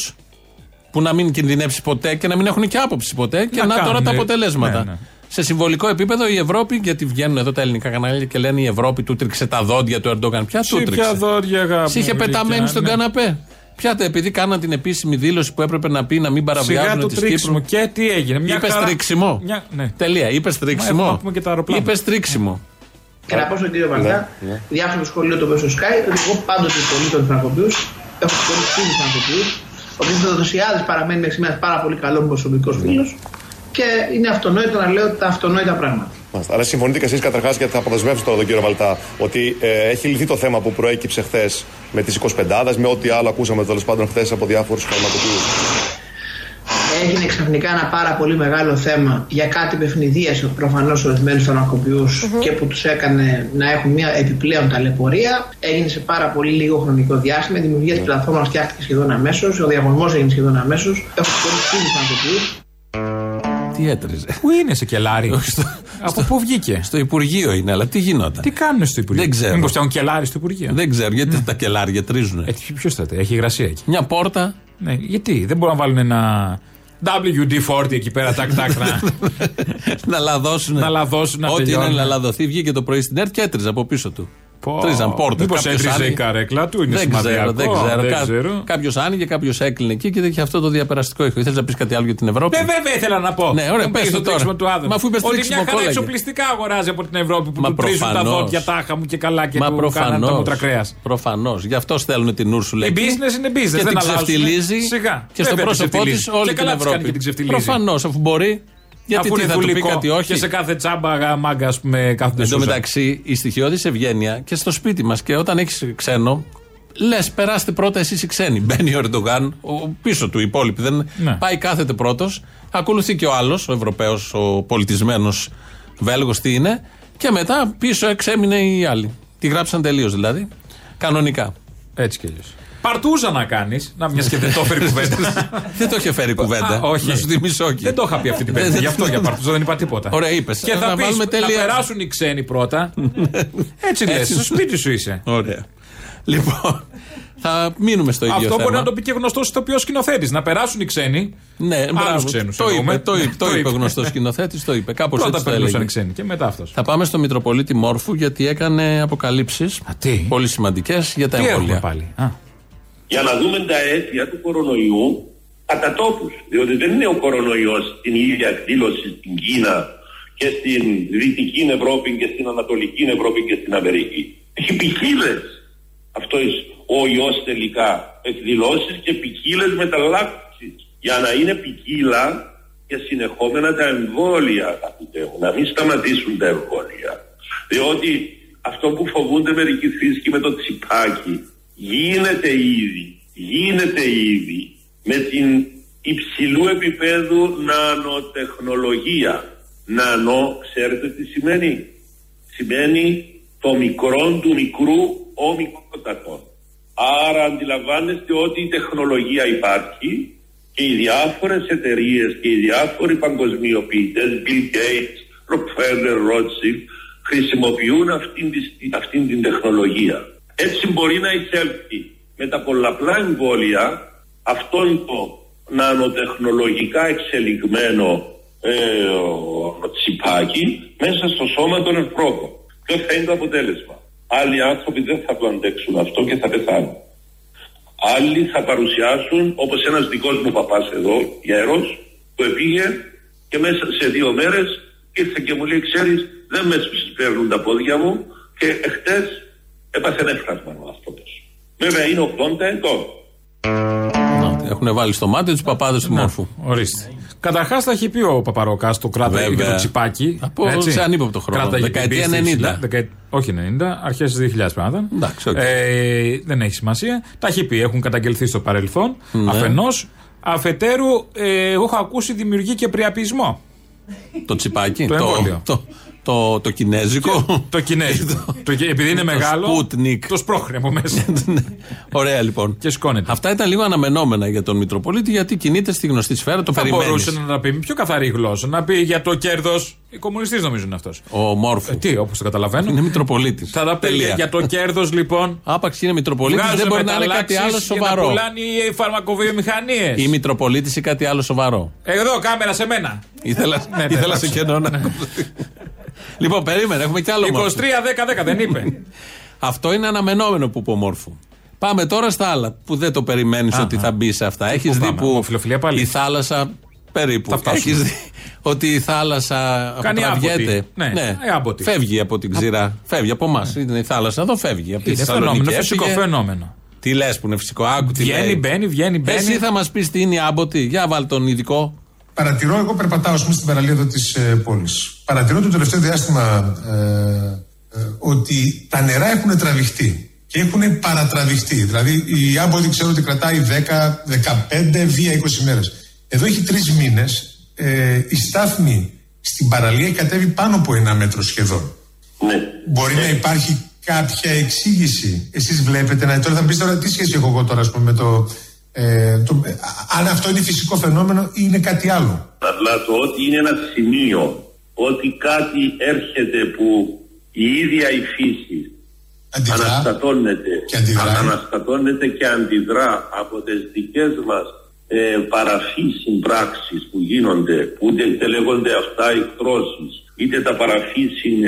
Speaker 5: που να μην κινδυνεύσει ποτέ και να μην έχουν και άποψη ποτέ. Και
Speaker 6: Να
Speaker 5: να, τώρα
Speaker 6: κάνουν,
Speaker 5: τα
Speaker 6: ε,
Speaker 5: αποτελέσματα.
Speaker 6: ναι, ναι.
Speaker 5: Σε συμβολικό επίπεδο η Ευρώπη, γιατί βγαίνουν εδώ τα ελληνικά κανάλια και λένε η Ευρώπη του τρίξε τα δόντια του Ερντόγκαν. Ποια του
Speaker 6: Ψήφια
Speaker 5: τρίξε.
Speaker 6: δόντια, αγάπη
Speaker 5: Σε είχε
Speaker 6: μου,
Speaker 5: πεταμένη
Speaker 6: γλυκιά,
Speaker 5: στον
Speaker 6: ναι.
Speaker 5: καναπέ. Πιάτε, επειδή κάναν την επίσημη δήλωση που έπρεπε να πει να μην
Speaker 6: Σιγά το
Speaker 5: παραβιάζουν τη
Speaker 6: τρίξιμο.
Speaker 5: Κύπρου.
Speaker 6: Και τι έγινε. Μια
Speaker 5: Είπες
Speaker 6: χαρά-
Speaker 5: τρίξιμο.
Speaker 6: Μια- Ναι.
Speaker 5: Τελεία. Είπες
Speaker 6: έχουμε να
Speaker 5: τρίξιμο.
Speaker 6: πούμε και τα αεροπλάνα.
Speaker 5: Είπες τρίξιμο.
Speaker 19: Και να πω στον κύριο Βαρδά,
Speaker 5: Ναι, ναι.
Speaker 19: διάφορο σχολείο το οποίο στο Sky, ότι εγώ πάντοτε πολύ τον Φραγκοποιού, έχω πολύ φίλους Φραγκοποιού, ο οποίος ο Δοσιάδης παραμένει μέχρι σήμερα πάρα πολύ καλός μου προσωπικός φίλος και είναι αυτονόητο να λέω τα αυτονόητα πράγματα.
Speaker 10: Μάλιστα. Αλλά συμφωνείτε και εσείς καταρχάς, γιατί θα αποδεσμεύσω τώρα τον κύριο Βαλτά, ότι ε, έχει λυθεί το θέμα που προέκυψε χθες με τις 25 με ό,τι άλλο ακούσαμε τέλος πάντων χθες από διάφορους φαρμακοποιούς.
Speaker 19: Έγινε ξαφνικά ένα πάρα πολύ μεγάλο θέμα για κάτι παιχνιδία προφανώς ορισμένους και που τους έκανε να έχουν μια επιπλέον ταλαιπωρία. Έγινε σε πάρα πολύ λίγο χρονικό διάστημα. Η δημιουργία της πλατφόρμας φτιάχτηκε σχεδόν αμέσως. Ο διαγωνισμός έγινε σχεδόν αμέσως. Έχω πολύ φίλου Φραγκοποιού.
Speaker 5: Τι έτριζε.
Speaker 6: Πού είναι σε κελάρι. από πού βγήκε.
Speaker 5: Στο Υπουργείο είναι, αλλά τι γινόταν.
Speaker 6: Τι Ναι. κάνουν στο Υπουργείο.
Speaker 5: Δεν ξέρω.
Speaker 6: Μήπως φτιάχνουν κελάρι στο Υπουργείο.
Speaker 5: Δεν ξέρω γιατί τα κελάρια τρίζουν.
Speaker 6: Ε, Ποιο θα τα- έχει υγρασία εκεί.
Speaker 5: Μια πόρτα.
Speaker 6: Ναι, γιατί δεν μπορούν να βάλουν ένα WD-40 εκεί πέρα, τάκ, τάκ, να,
Speaker 5: να λαδώσουν.
Speaker 6: Να λαδώσουν, να
Speaker 5: Ό,τι είναι
Speaker 6: τελειώνουν.
Speaker 5: να λαδοθεί βγήκε το πρωί στην ΕΡΤ και έτριζε από πίσω του. Τρίζαν πόρτες.
Speaker 6: Μήπως έτριζε η καρέκλα του, είναι
Speaker 5: δεν
Speaker 6: σημαδιακό,
Speaker 5: ξέρω, δεν ξέρω.
Speaker 6: δεν
Speaker 5: Κα-
Speaker 6: ξέρω.
Speaker 5: Κάποιος άνοιγε, κάποιος έκλεινε εκεί και είχε αυτό το διαπεραστικό ήχο. Ήθελες να πεις κάτι άλλο για την Ευρώπη.
Speaker 6: Ναι, βέβαια ήθελα να πω.
Speaker 5: Ναι, ωραία,
Speaker 6: Μου
Speaker 5: πες
Speaker 6: πήγες
Speaker 5: το
Speaker 6: στο
Speaker 5: τώρα.
Speaker 6: τρίξιμο του Άδωνη.
Speaker 5: Μα αφού είπες
Speaker 6: Ότι
Speaker 5: τρίξιμο
Speaker 6: μια χαρά
Speaker 5: κόλλαγε.
Speaker 6: εξοπλιστικά αγοράζει από την Ευρώπη που
Speaker 5: Μα
Speaker 6: του τρίζουν τα
Speaker 5: προφανώς.
Speaker 6: δόντια τάχα μου και καλά και
Speaker 5: Μα
Speaker 6: του κάνανε τα
Speaker 5: προφανώς.
Speaker 6: μούτρα κρέας.
Speaker 5: Προφανώς. Γι' αυτό στέλνουν την Ούρσουλα.
Speaker 6: Η
Speaker 5: εκεί.
Speaker 6: business είναι business,
Speaker 5: Ε, Και
Speaker 6: δεν
Speaker 5: την
Speaker 6: αλλάζουν.
Speaker 5: ξεφτυλίζει.
Speaker 6: Σιγά. Ε,
Speaker 5: Και
Speaker 6: Βέβαια
Speaker 5: στο
Speaker 6: την
Speaker 5: πρόσωπό τη
Speaker 6: ξεφτυλίζει.
Speaker 5: όλη
Speaker 6: Και
Speaker 5: την
Speaker 6: καλά της κάνει
Speaker 5: Ευρώπη.
Speaker 6: και την ξεφτυλίζει.
Speaker 5: Προφανώς, αφού μπορεί. Γιατί
Speaker 6: Αφού
Speaker 5: τι
Speaker 6: είναι
Speaker 5: θα του πει
Speaker 6: δουλικό
Speaker 5: κάτι όχι.
Speaker 6: Και σε κάθε τσάμπα μάγκα με κάθονται
Speaker 5: Εν τω
Speaker 6: σούζα.
Speaker 5: μεταξύ, η στοιχειώδης ευγένεια και στο σπίτι μας και όταν έχεις ξένο, λες, περάστε πρώτα εσείς οι ξένοι. Μπαίνει ο Ερντογάν, ο, πίσω του οι υπόλοιποι. Δεν,
Speaker 6: Ναι.
Speaker 5: Πάει κάθεται πρώτος. Ακολουθεί και ο άλλος, ο Ευρωπαίος, ο πολιτισμένος Βέλγος, τι είναι. Και μετά πίσω εξέμεινε οι άλλοι. Τη γράψαν τελείως δηλαδή. Κανονικά.
Speaker 6: Έτσι κι αλλιώς. Παρτούζα να κάνεις, να μιας και δεν το έφερε κουβέντα.
Speaker 5: Δεν το είχε φέρει κουβέντα.
Speaker 6: Α, όχι.
Speaker 5: Να σου θυμίσω όχι.
Speaker 6: Δεν το είχα πει αυτή την πέμπτη.
Speaker 5: Ναι, Δεν-
Speaker 6: Γι' αυτό για παρτούζα δεν είπα τίποτα.
Speaker 5: Ωραία, είπες.
Speaker 6: Και θα
Speaker 5: Να
Speaker 6: πει
Speaker 5: βάλουμε τελεία.
Speaker 6: να περάσουν οι ξένοι πρώτα. Έτσι λες.
Speaker 5: Έτσι.
Speaker 6: Στο σπίτι σου είσαι.
Speaker 5: Ωραία. Λοιπόν, θα μείνουμε στο ίδιο
Speaker 6: Αυτό
Speaker 5: θέμα.
Speaker 6: μπορεί να το πει και γνωστός ηθοποιό σκηνοθέτης. Να περάσουν οι ξένοι.
Speaker 5: Ναι, μπράβο.
Speaker 6: άλλου ξένους.
Speaker 5: Το είπε, το είπε, το είπε ο γνωστός σκηνοθέτης, το είπε. Κάπως
Speaker 6: Πρώτα
Speaker 5: έτσι το
Speaker 6: περνούσαν
Speaker 5: έλεγε.
Speaker 6: οι ξένοι και μετά αυτός.
Speaker 5: Θα πάμε στο Μητροπολίτη Μόρφου γιατί έκανε αποκαλύψεις πολύ σημαντικές για τα
Speaker 6: Τι έχουμε
Speaker 5: εμβόλια.
Speaker 6: πάλι.
Speaker 20: για να δούμε τα αίτια του κορονοϊού κατά τόπους. Διότι δεν είναι ο κορονοϊός στην ίδια εκδήλωση στην Κίνα και στην Δυτική Ευρώπη και στην Ανατολική Ευρώπη και στην Αμερική. Έχει ποικίλες αυτό ο ιός τελικά εκδηλώσεις και ποικίλες μεταλλάξεις. Για να είναι ποικίλα και συνεχόμενα τα εμβόλια αγαπητέ μου, να μην σταματήσουν τα εμβόλια. Διότι αυτό που φοβούνται μερικοί φύσκοι με το τσιπάκι γίνεται ήδη, γίνεται ήδη με την υψηλού επίπεδου νανοτεχνολογία. Νανό, ξέρετε τι σημαίνει. Σημαίνει το μικρόν του μικρού ομικρότατον. Άρα αντιλαμβάνεστε ότι η τεχνολογία υπάρχει και οι διάφορες εταιρείες και οι διάφοροι παγκοσμιοποιητές, Bill Gates, Rockefeller, Rothschild, χρησιμοποιούν αυτήν, τη- αυτήν την τεχνολογία. Έτσι μπορεί να εισέλθει με τα πολλαπλά εμβόλια αυτόν το νανοτεχνολογικά εξελιγμένο ε, ο- τσιπάκι μέσα στο σώμα των ανθρώπων. Ποιο θα είναι το αποτέλεσμα. Άλλοι άνθρωποι δεν θα το αντέξουν αυτό και θα πεθάνουν. Άλλοι θα παρουσιάσουν, όπως ένας δικός μου παπάς εδώ, γέρος, που επήγε και μέσα σε δύο μέρες ήρθε και μου λέει, ξέρεις, δεν με σφαίρνουν τα πόδια μου, και εχθές έπασε ένα έφρασμα ο άνθρωπος. Βέβαια είναι 80 ετών.
Speaker 5: Έχουν βάλει στο μάτι τους παπάδες του μόρφου.
Speaker 6: Ορίστε. Καταρχάς τα έχει πει ο Παπαρόκας, το κράταγε και
Speaker 5: Βέβαια.
Speaker 6: το τσιπάκι.
Speaker 5: Από- σε ανύποπτο χρόνο. Δεκαετία 90.
Speaker 6: όχι 90, αρχέ 2000 πράγματα. Ε, δεν έχει σημασία. Τα έχει πει, έχουν καταγγελθεί στο παρελθόν.
Speaker 5: Ναι.
Speaker 6: Αφενός. Αφετέρου, ε, εγώ έχω ακούσει δημιουργεί και πριαπισμό.
Speaker 5: Το τσιπάκι.
Speaker 6: Το εμβόλιο.
Speaker 5: το, το, το κινέζικο.
Speaker 6: Το κινέζικο. Το- επειδή είναι
Speaker 5: Το
Speaker 6: μεγάλο,
Speaker 5: Sputnik.
Speaker 6: το σπρώχνει από μέσα.
Speaker 5: Ναι. Ωραία λοιπόν.
Speaker 6: Και σκόνεται.
Speaker 5: Αυτά ήταν λίγο αναμενόμενα για τον Μητροπολίτη γιατί κινείται στη γνωστή σφαίρα, το
Speaker 6: Θα
Speaker 5: περιμένεις.
Speaker 6: μπορούσε να τα πει με πιο καθαρή γλώσσα. Να πει για το κέρδος. Οι κομμουνιστές νομίζω είναι αυτός.
Speaker 5: Ο Μόρφου.
Speaker 6: Ε, τι, όπως το καταλαβαίνω.
Speaker 5: Είναι Μητροπολίτη.
Speaker 6: Θα τα πει
Speaker 5: Τελεία.
Speaker 6: για το κέρδος λοιπόν.
Speaker 5: Άπαξ είναι Μητροπολίτη,
Speaker 6: Βγάζουμε
Speaker 5: δεν μπορεί να είναι κάτι
Speaker 6: μεταλλάξεις Για
Speaker 5: άλλο
Speaker 6: να
Speaker 5: σοβαρό.
Speaker 6: πουλάνε οι φαρμακοβιομηχανίες.
Speaker 5: Ή Μητροπολίτης ή κάτι άλλο σοβαρό.
Speaker 6: Εδώ, κάμερα σε μένα.
Speaker 5: Ήθελα,
Speaker 6: Ναι, ναι,
Speaker 5: ήθελα
Speaker 6: εντάξει.
Speaker 5: σε κενό να ακούσω. Λοιπόν, περίμενε, έχουμε κι άλλο
Speaker 6: 23-10-10
Speaker 5: μόρφου.
Speaker 6: δεν είπε.
Speaker 5: Αυτό είναι αναμενόμενο που είπε ο Μόρφου. Πάμε τώρα στα άλλα που δεν το περιμένεις ότι θα μπει σε αυτά. Έχεις δει
Speaker 6: πάμε,
Speaker 5: που
Speaker 6: ομοφυλοφιλία πάλι.
Speaker 5: η θάλασσα. Περίπου.
Speaker 6: Θα φτάσουμε.
Speaker 5: Έχεις δει ότι η θάλασσα
Speaker 6: Κάνει
Speaker 5: αποτραβιέται.
Speaker 6: άμποτη. Ναι, ε, άμποτη.
Speaker 5: Φεύγει από την ξηρά. Φεύγει από εμάς. Η θάλασσα εδώ φεύγει. Από τη
Speaker 6: Είναι
Speaker 5: Θεσσαλονίκη.
Speaker 6: φαινόμενο, φυσικό
Speaker 5: Έφυγε.
Speaker 6: φαινόμενο.
Speaker 5: Τι λες που είναι φυσικό. Άκου τι
Speaker 6: Βγαίνει,
Speaker 5: λέει.
Speaker 6: μπαίνει, βγαίνει, μπαίνει.
Speaker 5: Εσύ θα μας πεις τι είναι η άμποτη. Για βάλ τον ειδικό.
Speaker 21: Παρατηρώ, εγώ περπατάω ας πούμε, στην παραλία εδώ της πόλης. Παρατηρώ το τελευταίο διάστημα ε, ε, ότι τα νερά έχουν τραβηχτεί και έχουν παρατραβηχτεί. Δηλαδή η άμποδη ξέρω ότι κρατάει 10, 15, βία 20 μέρες. Εδώ έχει τρεις μήνες ε, η στάθμη στην παραλία έχει κατέβει πάνω από ένα μέτρο σχεδόν.
Speaker 12: Ναι.
Speaker 21: Μπορεί
Speaker 20: ε,
Speaker 21: να υπάρχει κάποια εξήγηση. Εσείς βλέπετε να. Τώρα θα μου πείτε τώρα τι σχέση έχω εγώ τώρα, ας πούμε, με το. Ε, το ε, αν αυτό είναι φυσικό φαινόμενο ή είναι κάτι άλλο.
Speaker 20: Απλά το ότι είναι ένα σημείο, ότι κάτι έρχεται που η ίδια η φύση αναστατώνεται και, αναστατώνεται και αντιδρά από τις δικές μας ε, παραφή συμπράξεις που γίνονται, που ούτε εκτελέγονται αυτά οι εκδόσεις, είτε τα παραφή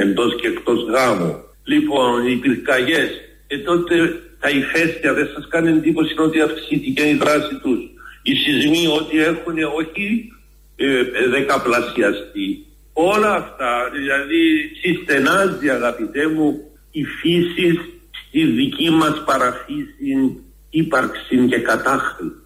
Speaker 20: εντός και εκτός γάμου. Λοιπόν, οι πυρκαγιές, ε, τότε τα ηφαίστεια δεν σας κάνει εντύπωση ότι αυξήθηκε η δράση τους. Οι σεισμοί ό,τι έχουν όχι ε, δεκαπλασιαστεί. Όλα αυτά, δηλαδή συστενάζει αγαπητέ μου η φύση στη δική μας παραφύση ύπαρξη και κατάχρηση.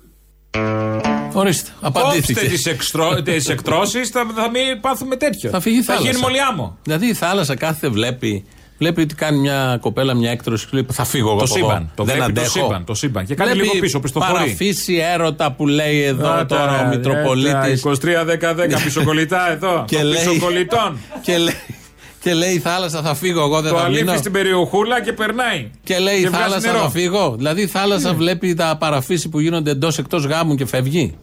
Speaker 5: Ορίστε.
Speaker 6: Κόψτε
Speaker 5: Απαντήθηκε.
Speaker 6: τι εκτρώσεις, θα, θα μην πάθουμε τέτοιο.
Speaker 5: Θα φύγει η θάλασσα.
Speaker 6: γίνουμε όλοι άμμο.
Speaker 5: Δηλαδή η θάλασσα κάθεται, βλέπει. Βλέπει ότι κάνει μια κοπέλα μια έκτρωση και λέει Θα φύγω εγώ.
Speaker 6: Το
Speaker 5: από
Speaker 6: σύμπαν.
Speaker 5: εδώ.
Speaker 6: Το
Speaker 5: δεν
Speaker 6: βλέπει το
Speaker 5: αντέχω.
Speaker 6: σύμπαν, το σύμπαν. Και κάνει
Speaker 5: Βλέπει
Speaker 6: λίγο πίσω, πιστοφορεί.
Speaker 5: Παραφύση έρωτα που λέει εδώ
Speaker 6: Α,
Speaker 5: τώρα
Speaker 6: τα-
Speaker 5: ο Μητροπολίτη.
Speaker 6: ε, τα 23-10-10 πισοκολλητά εδώ.
Speaker 5: Και
Speaker 6: των
Speaker 5: λέει-
Speaker 6: πισοκολλητών.
Speaker 5: και, λέει, και λέει η θάλασσα θα φύγω εγώ, δεν
Speaker 6: Το
Speaker 5: θα μείνω.
Speaker 6: αλήφθη στην περιοχούλα και περνάει.
Speaker 5: Και λέει η
Speaker 6: βγάζει
Speaker 5: θάλασσα
Speaker 6: νερό. Ναι.
Speaker 5: θα φύγω. Δηλαδή η θάλασσα βλέπει τα παραφύση που γίνονται εντός εκτός γάμου και φεύγει.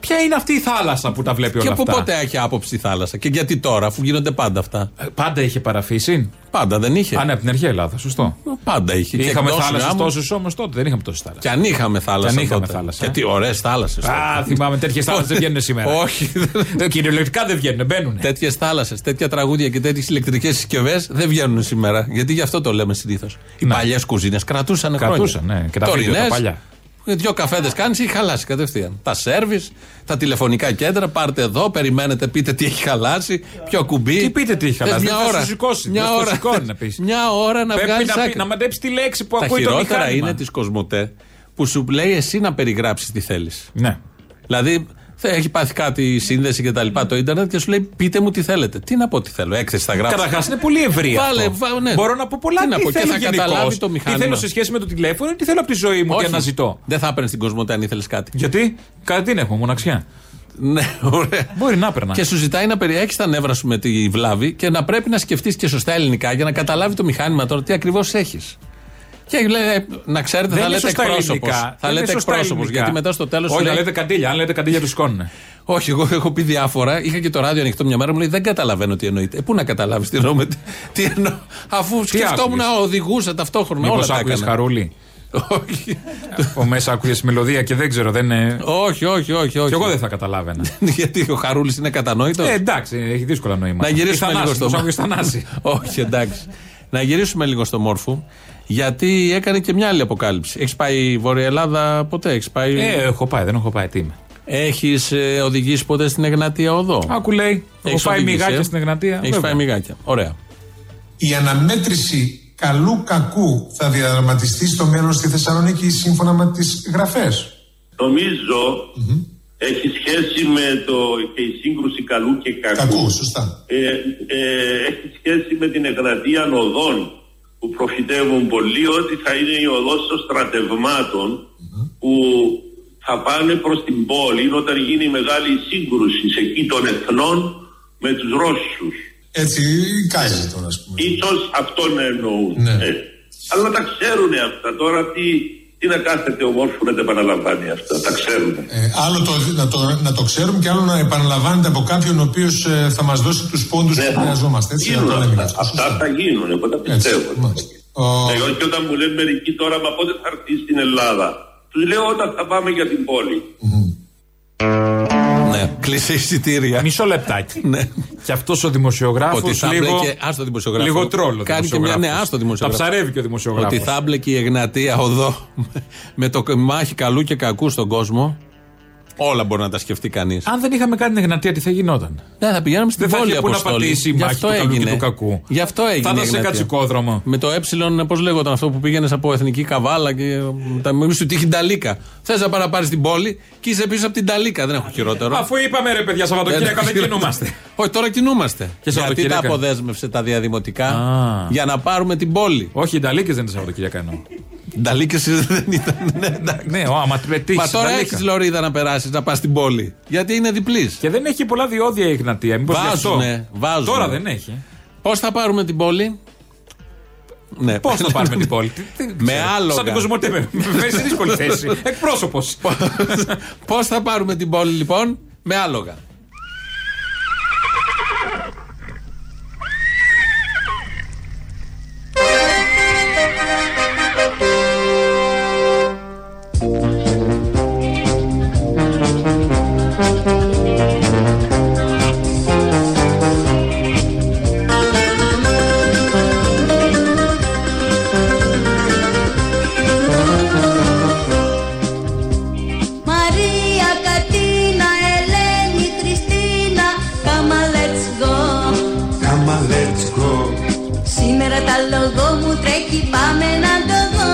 Speaker 6: Ποια είναι αυτή η θάλασσα που τα βλέπει όλα
Speaker 5: Και που
Speaker 6: αυτά.
Speaker 5: ποτέ έχει άποψη η θάλασσα. Και γιατί τώρα, αφού γίνονται πάντα αυτά.
Speaker 6: Πάντα είχε παραφύση.
Speaker 5: Πάντα δεν είχε.
Speaker 6: Α, ναι, από την αρχαία Ελλάδα, σωστό.
Speaker 5: Πάντα είχε. Και
Speaker 6: Είχαμε
Speaker 5: εκτός
Speaker 6: θάλασσες
Speaker 5: γάμου.
Speaker 6: τόσες όμως τότε, δεν είχαμε τόσες θάλασσες.
Speaker 5: Και αν είχαμε θάλασσα.
Speaker 6: Κι αν είχαμε
Speaker 5: τότε.
Speaker 6: θάλασσα. ε.
Speaker 5: Και τι ωραίες θάλασσες.
Speaker 6: Α, θυμάμαι, τέτοιες θάλασσε δεν βγαίνουν σήμερα.
Speaker 5: Όχι.
Speaker 6: Ε, Κυριολεκτικά δεν βγαίνουν, μπαίνουν.
Speaker 5: τέτοιες θάλασσες, τέτοια τραγούδια και τέτοιες ηλεκτρικές συσκευές δεν βγαίνουν σήμερα. Γιατί γι' αυτό το λέμε συνήθως. Οι παλιές κουζίνες κρατούσαν χρόνια.
Speaker 6: Ναι. Κρατούσαν, ναι, και τα βίντεο τα
Speaker 5: Τωρινές, ε,
Speaker 6: παλιά.
Speaker 5: Δύο καφέδες κάνεις ή χαλάσει κατευθείαν. Τα σερβι, τα τηλεφωνικά κέντρα, πάρτε εδώ, περιμένετε, πείτε τι έχει χαλάσει, ποιο κουμπί. Τι
Speaker 6: πείτε τι έχει
Speaker 5: Θες
Speaker 6: χαλάσει,
Speaker 5: Μια
Speaker 6: δεν θα
Speaker 5: ώρα,
Speaker 6: σου σηκώσει,
Speaker 5: μια
Speaker 6: δεν θα σου
Speaker 5: ώρα-
Speaker 6: σηκώνει να πεις.
Speaker 5: Μια ώρα να
Speaker 6: Πρέπει
Speaker 5: βγάλεις.
Speaker 6: να πει- να μαντέψει τη λέξη που
Speaker 5: Τα
Speaker 6: ακούει το
Speaker 5: χειρότερα
Speaker 6: μηχάνημα.
Speaker 5: είναι της Κοσμοτέ που σου λέει εσύ να περιγράψεις τι θέλεις.
Speaker 6: Ναι.
Speaker 5: Δηλαδή, θα έχει πάθει κάτι η σύνδεση και τα λοιπά το ίντερνετ και σου λέει πείτε μου τι θέλετε. Τι να πω τι θέλω, έκθεση θα γράψω.
Speaker 6: Καταρχάς είναι πολύ ευρία.
Speaker 5: Βάλε,
Speaker 6: αυτό.
Speaker 5: βά- ναι.
Speaker 6: Μπορώ να πω πολλά
Speaker 5: Τι
Speaker 6: τι,
Speaker 5: να πω, και
Speaker 6: θέλω
Speaker 5: θα
Speaker 6: γενικώς,
Speaker 5: καταλάβει το μηχάνημα.
Speaker 6: Τι θέλω σε σχέση με το τηλέφωνο, τι θέλω από τη ζωή μου
Speaker 5: Όχι.
Speaker 6: και αναζητώ.
Speaker 5: Δεν θα έπαιρνες την Κοσμοτέ αν ήθελες κάτι.
Speaker 6: Γιατί κάτι την έχω, μοναξιά.
Speaker 5: Ναι, ωραία.
Speaker 6: Μπορεί να έπαιρνα.
Speaker 5: Και σου ζητάει να περιέχεις τα νεύρα σου με τη βλάβη και να πρέπει να σκεφτείς και σωστά ελληνικά για να καταλάβει το μηχάνημα τώρα τι ακριβώς έχεις. Και λέει, ε, να ξέρετε,
Speaker 6: Δεν
Speaker 5: θα
Speaker 6: είναι
Speaker 5: λέτε
Speaker 6: σωστά
Speaker 5: εκπρόσωπος.
Speaker 6: ελληνικά.
Speaker 5: Θα
Speaker 6: Δεν είναι
Speaker 5: λέτε
Speaker 6: σωστά
Speaker 5: εκπρόσωπος.
Speaker 6: ελληνικά.
Speaker 5: Γιατί μετά στο τέλος.
Speaker 6: Όχι, να λέτε καντήλια. Αν λέτε καντήλια, τους σηκώνουν.
Speaker 5: Όχι, εγώ έχω πει διάφορα. Είχα και το ράδιο ανοιχτό μια μέρα μου λέει Δεν καταλαβαίνω τι εννοείται. Ε, πού να καταλάβεις τι εννοούμε. τι- Τι εννοώ. Αφού σκεφτόμουν,
Speaker 6: άκουγες?
Speaker 5: οδηγούσα ταυτόχρονα.
Speaker 6: Μήπω
Speaker 5: όλα τα
Speaker 6: άκουγες
Speaker 5: έκανα.
Speaker 6: χαρούλι.
Speaker 5: Όχι.
Speaker 6: Ο μέσα άκουγες μελωδία και δεν ξέρω, δεν είναι.
Speaker 5: όχι, όχι, όχι, όχι.
Speaker 6: Κι εγώ δεν θα καταλάβαινα.
Speaker 5: Γιατί ο Χαρούλης είναι κατανόητος.
Speaker 6: Ε, εντάξει, έχει δύσκολα
Speaker 5: να
Speaker 6: νοήματα.
Speaker 5: γυρίσουμε λίγο στο
Speaker 6: Μόρφου.
Speaker 5: όχι, εντάξει. να γυρίσουμε λίγο στο Μόρφου. Γιατί έκανε και μια άλλη αποκάλυψη. Έχεις πάει η Βόρεια Ελλάδα ποτέ, έχεις πάει.
Speaker 6: Ε, έχω πάει, δεν έχω πάει, τι είμαι.
Speaker 5: Έχεις οδηγήσει ποτέ στην Εγνατία Οδό.
Speaker 6: Άκου λέει, έχω
Speaker 5: Έχεις
Speaker 6: πάει
Speaker 5: οδηγήσει,
Speaker 6: μυγάκια
Speaker 5: ε.
Speaker 6: στην Εγνατία.
Speaker 5: Έχεις
Speaker 6: βέβαια.
Speaker 5: φάει μυγάκια. Ωραία.
Speaker 21: Η αναμέτρηση καλού κακού θα διαδραματιστεί στο μέλλον στη Θεσσαλονίκη σύμφωνα με τις γραφές.
Speaker 20: Νομίζω έχει σχέση με το, και η σύγκρουση καλού και κακού.
Speaker 21: Κακού, σωστά.
Speaker 20: Ε, ε, έχει σχέση με την εγγραφία οδών που προφητεύουν πολύ ότι θα είναι η οδός των στρατευματων που θα πάνε προς την πόλη είναι όταν γίνει η μεγάλη σύγκρουση σε εκεί των εθνών με τους Ρώσους.
Speaker 21: Έτσι, κάζει τώρα, ας πούμε.
Speaker 20: Ίσως αυτόν να εννοούν.
Speaker 21: Ναι.
Speaker 20: Ε, αλλά τα ξέρουν αυτά τώρα τι, τι να κάθεται ο Μόρφου να τα επαναλαμβάνει αυτά. Τα ξέρουν.
Speaker 21: Ε, άλλο το, να, το, να το ξέρουμε και άλλο να επαναλαμβάνεται από κάποιον ο οποίος θα μας δώσει τους πόντους που χρειαζόμαστε. Έτσι, να
Speaker 20: Γίνουν
Speaker 21: το λέμε.
Speaker 20: αυτά. Αυτά θα γίνουν, εγώ τα πιστεύω. Ε, Εγώ και όταν μου λένε μερικοί τώρα, μα πότε θα έρθει στην Ελλάδα. Τους λέω όταν θα πάμε για την πόλη.
Speaker 5: Ναι, κλεισί εισιτήρια.
Speaker 6: Μισό λεπτάκι. Και αυτός ο δημοσιογράφος.
Speaker 5: Ότι θα
Speaker 6: λίγο,
Speaker 5: μπλέκε- ας το δημοσιογράφο.
Speaker 6: Λίγο τρόλο.
Speaker 5: Κάνει και μια- ναι, ας το δημοσιογράφο.
Speaker 6: Τα ψαρεύει και ο δημοσιογράφος.
Speaker 5: Ότι θα μπλεκε η Εγνατία οδό με το μάχη καλού και κακού στον κόσμο. Όλα μπορεί να τα σκεφτεί κανείς.
Speaker 6: Αν δεν είχαμε κάνει την Εγνατία, τι θα γινόταν.
Speaker 5: Ναι, θα πηγαίναμε στην
Speaker 6: Δεν θα
Speaker 5: πόλη
Speaker 6: είχε που να
Speaker 5: αποστολή.
Speaker 6: πατήσει η
Speaker 5: Γι'
Speaker 6: μάχη
Speaker 5: αυτό
Speaker 6: του καλού και
Speaker 5: έγινε.
Speaker 6: του κακού.
Speaker 5: Γι' αυτό έγινε.
Speaker 6: ήταν
Speaker 5: η
Speaker 6: σε
Speaker 5: Εγνατία.
Speaker 6: κατσικόδρομο.
Speaker 5: Με το ε, πώς λέγονταν αυτό που πήγαινε από εθνική καβάλα και ε, τα μη σου τύχει ταλίκα. Θες να παραπάρει την πόλη και είσαι πίσω από την ταλίκα. Δεν έχω χειρότερο.
Speaker 6: Αφού είπαμε ρε παιδιά, Σαββατοκύριακο δεν κινούμαστε.
Speaker 5: Όχι, τώρα κινούμαστε. Γιατί τα
Speaker 6: Σαββατοκύριακα.
Speaker 5: αποδέσμευσε τα διαδημοτικά για να πάρουμε την πόλη.
Speaker 6: Όχι, οι Νταλίκες δεν είναι Σαββατοκύριακα εννοώ.
Speaker 5: Νταλίκες δεν ήταν. Ναι, εντάξει.
Speaker 6: Ναι, ο, άμα πετύχεις.
Speaker 5: Μα τώρα έχεις λωρίδα να περάσεις να πας στην πόλη. Γιατί είναι διπλής.
Speaker 6: Και δεν έχει πολλά διόδια η Εγνατία. Μήπως γι' αυτό.
Speaker 5: Βάζουνε, βάζουνε.
Speaker 6: Τώρα δεν έχει.
Speaker 5: Πώς θα πάρουμε την πόλη. Ναι.
Speaker 6: Πώς θα πάρουμε την πόλη. Τι- τι-
Speaker 5: Με
Speaker 6: ξέρω.
Speaker 5: άλογα.
Speaker 6: Σαν την Κοσμοτέ. με- Με φέρνει σε δύσκολη θέση. Εκπρόσωπος.
Speaker 5: Πώς θα πάρουμε την πόλη λοιπόν με άλογα.
Speaker 7: Μαρία, Κατίνα, Ελένη, Χριστίνα Κάμα let's go
Speaker 22: Κάμα, let's go.
Speaker 7: Σήμερα τα λόγω μου τρέχει πάμε να το δω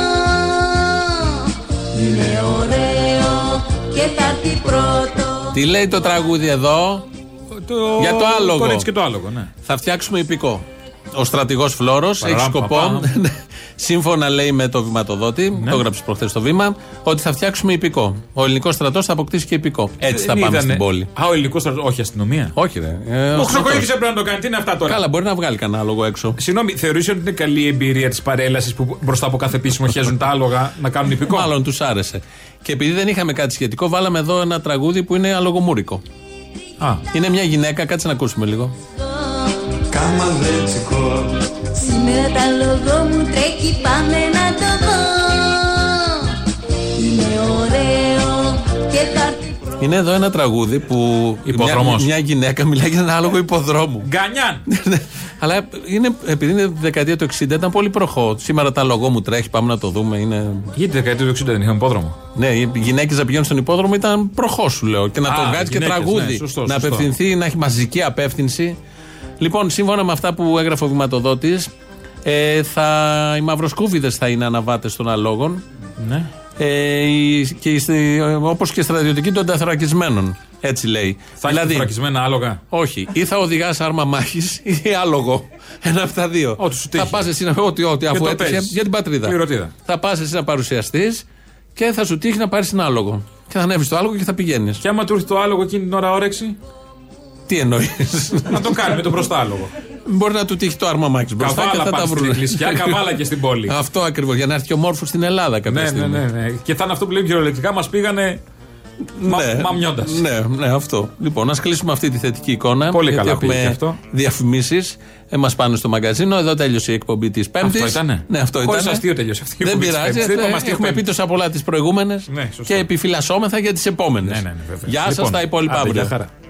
Speaker 7: Είναι ωραίο και θα έρθει πρώτο
Speaker 5: Τι λέει το τραγούδι εδώ. Για το άλογο.
Speaker 6: Κορίτσι και το άλογο, ναι.
Speaker 5: Θα φτιάξουμε υπηκό. Ο στρατηγός Φλόρο έχει
Speaker 6: Παραμ, Ναι.
Speaker 5: σκοπό, Ναι.
Speaker 6: παπαμ.
Speaker 5: σύμφωνα λέει με το βηματοδότη, το έγραψες προχθές στο βήμα, ότι θα φτιάξουμε υπηκό. Ο ελληνικός στρατός θα αποκτήσει και υπηκό. Έτσι θα
Speaker 6: Δεν
Speaker 5: πάμε
Speaker 6: Ε, είδανε-
Speaker 5: στην πόλη.
Speaker 6: Α, ο ελληνικός στρατός. Όχι αστυνομία.
Speaker 5: Όχι, ρε. Ε,
Speaker 6: Ο
Speaker 5: ο
Speaker 6: Χρυσοκοίδη
Speaker 5: στρατός.
Speaker 6: έπρεπε να το κάνει. Τι είναι αυτά τώρα.
Speaker 5: Καλά, μπορεί να βγάλει κανένα άλογο έξω.
Speaker 6: Συγγνώμη, θεωρείς ότι είναι καλή η εμπειρία της παρέλασης που μπροστά από κάθε επίσημο χέζουν τα άλογα να κάνουν υπηκό.
Speaker 5: Μάλλον τους άρεσε. Και επειδή δεν είχαμε κάτι σχετικό, βάλαμε εδώ ένα τραγούδι που είναι αλογομούρικο.
Speaker 6: Α.
Speaker 5: Είναι μια γυναίκα, κάτσε να ακούσουμε λίγο.
Speaker 22: Κάμα, let's go.
Speaker 7: Σήμερα τα λόγω μου τρέχει πάμε να το δω Είναι ωραίο και θα έρθει
Speaker 5: Είναι εδώ ένα τραγούδι που μια,
Speaker 6: Υποδρομός.
Speaker 5: μια γυναίκα μιλάει για ένα άλογο υποδρόμου.
Speaker 6: Γκανιάν!
Speaker 5: Αλλά είναι, επειδή είναι δεκαετία του 60, ήταν πολύ προχώ. Σήμερα τα λογό μου τρέχει, πάμε να το δούμε. Είναι...
Speaker 6: Γιατί δεκαετία του 60 δεν είχαμε υπόδρομο.
Speaker 5: Ναι, οι γυναίκες να πηγαίνουν στον υπόδρομο ήταν προχώ, σου λέω. Και να
Speaker 6: Α,
Speaker 5: το βγάζει και
Speaker 6: γυναίκες,
Speaker 5: τραγούδι.
Speaker 6: ναι, σωστό,
Speaker 5: να
Speaker 6: σωστό.
Speaker 5: απευθυνθεί, να έχει μαζική απεύθυνση. Λοιπόν, σύμφωνα με αυτά που έγραφε ο βηματοδότης, ε, θα, οι μαυροσκούβιδες θα είναι αναβάτες των αλόγων.
Speaker 6: Ναι.
Speaker 5: Ε, οι- και, οι στε- όπως και οι στρατιωτικοί των τεθωρακισμένων. Έτσι λέει.
Speaker 6: Θα
Speaker 5: Δηλαδή.
Speaker 6: έχει φρακισμένα άλογα.
Speaker 5: Όχι. Ή θα οδηγάς άρμα μάχης ή άλογο. Ένα από τα δύο. Ό,τι σου θα πας εσύ να. Ό,τι, ό,τι αφού
Speaker 6: το
Speaker 5: έτυχε
Speaker 6: παίζεις.
Speaker 5: για την πατρίδα.
Speaker 6: Πληρωτήδα.
Speaker 5: Θα πας εσύ να παρουσιαστείς και θα σου τύχει να πάρεις ένα άλογο. Και θα ανέβεις το άλογο και θα πηγαίνεις.
Speaker 6: Και άμα του έρθει το άλογο εκείνη την ώρα όρεξη,
Speaker 5: Τι εννοείς.
Speaker 6: να το κάνει με τον μπροστά άλογο.
Speaker 5: Μπορεί να του τύχει το άρμα μάχη μπροστά
Speaker 6: Καβάλα
Speaker 5: και θα
Speaker 6: πας
Speaker 5: τα
Speaker 6: στην
Speaker 5: βρουν.
Speaker 6: εκκλησιά, καβάλα και στην πόλη.
Speaker 5: Αυτό ακριβώς. Για να έρθει και ο μόρφος στην Ελλάδα κάποια
Speaker 6: ναι, ναι,
Speaker 5: στιγμή.
Speaker 6: ναι, ναι. Και θα είναι αυτό που λέμε κυριολεκτικά, μας πήγανε. Μα,
Speaker 5: Ναι.
Speaker 6: μαμιώντας.
Speaker 5: Ναι, ναι, αυτό. Λοιπόν, α κλείσουμε αυτή τη θετική εικόνα.
Speaker 6: Πολύ
Speaker 5: γιατί
Speaker 6: καλά πήγε
Speaker 5: έχουμε
Speaker 6: και αυτό.
Speaker 5: διαφημίσεις. Ε, Μα πάνε στο μαγκαζίνο. Εδώ τέλειωσε η εκπομπή της Πέμπτη.
Speaker 6: Αυτό ήτανε?
Speaker 5: Ναι, αυτό ήταν.
Speaker 6: Χωρίς αστείο τέλειωσε αυτή η
Speaker 5: Δεν
Speaker 6: εκπομπή της
Speaker 5: πειράζει.
Speaker 6: Πέμπτης.
Speaker 5: ε,
Speaker 6: Δεν είπαμε αστείο
Speaker 5: Έχουμε πει
Speaker 6: Πέμπτη.
Speaker 5: τόσα πολλά τις προηγούμενες.
Speaker 6: Ναι, σωστό.
Speaker 5: και επιφυλασσόμεθα για τις επόμενες.
Speaker 6: Ναι, ναι, ναι, βέβαια.
Speaker 5: Γεια σας,
Speaker 6: Λοιπόν,
Speaker 5: τα υπόλοιπα
Speaker 6: άντε,
Speaker 5: αύριο.
Speaker 6: γεια χαρά.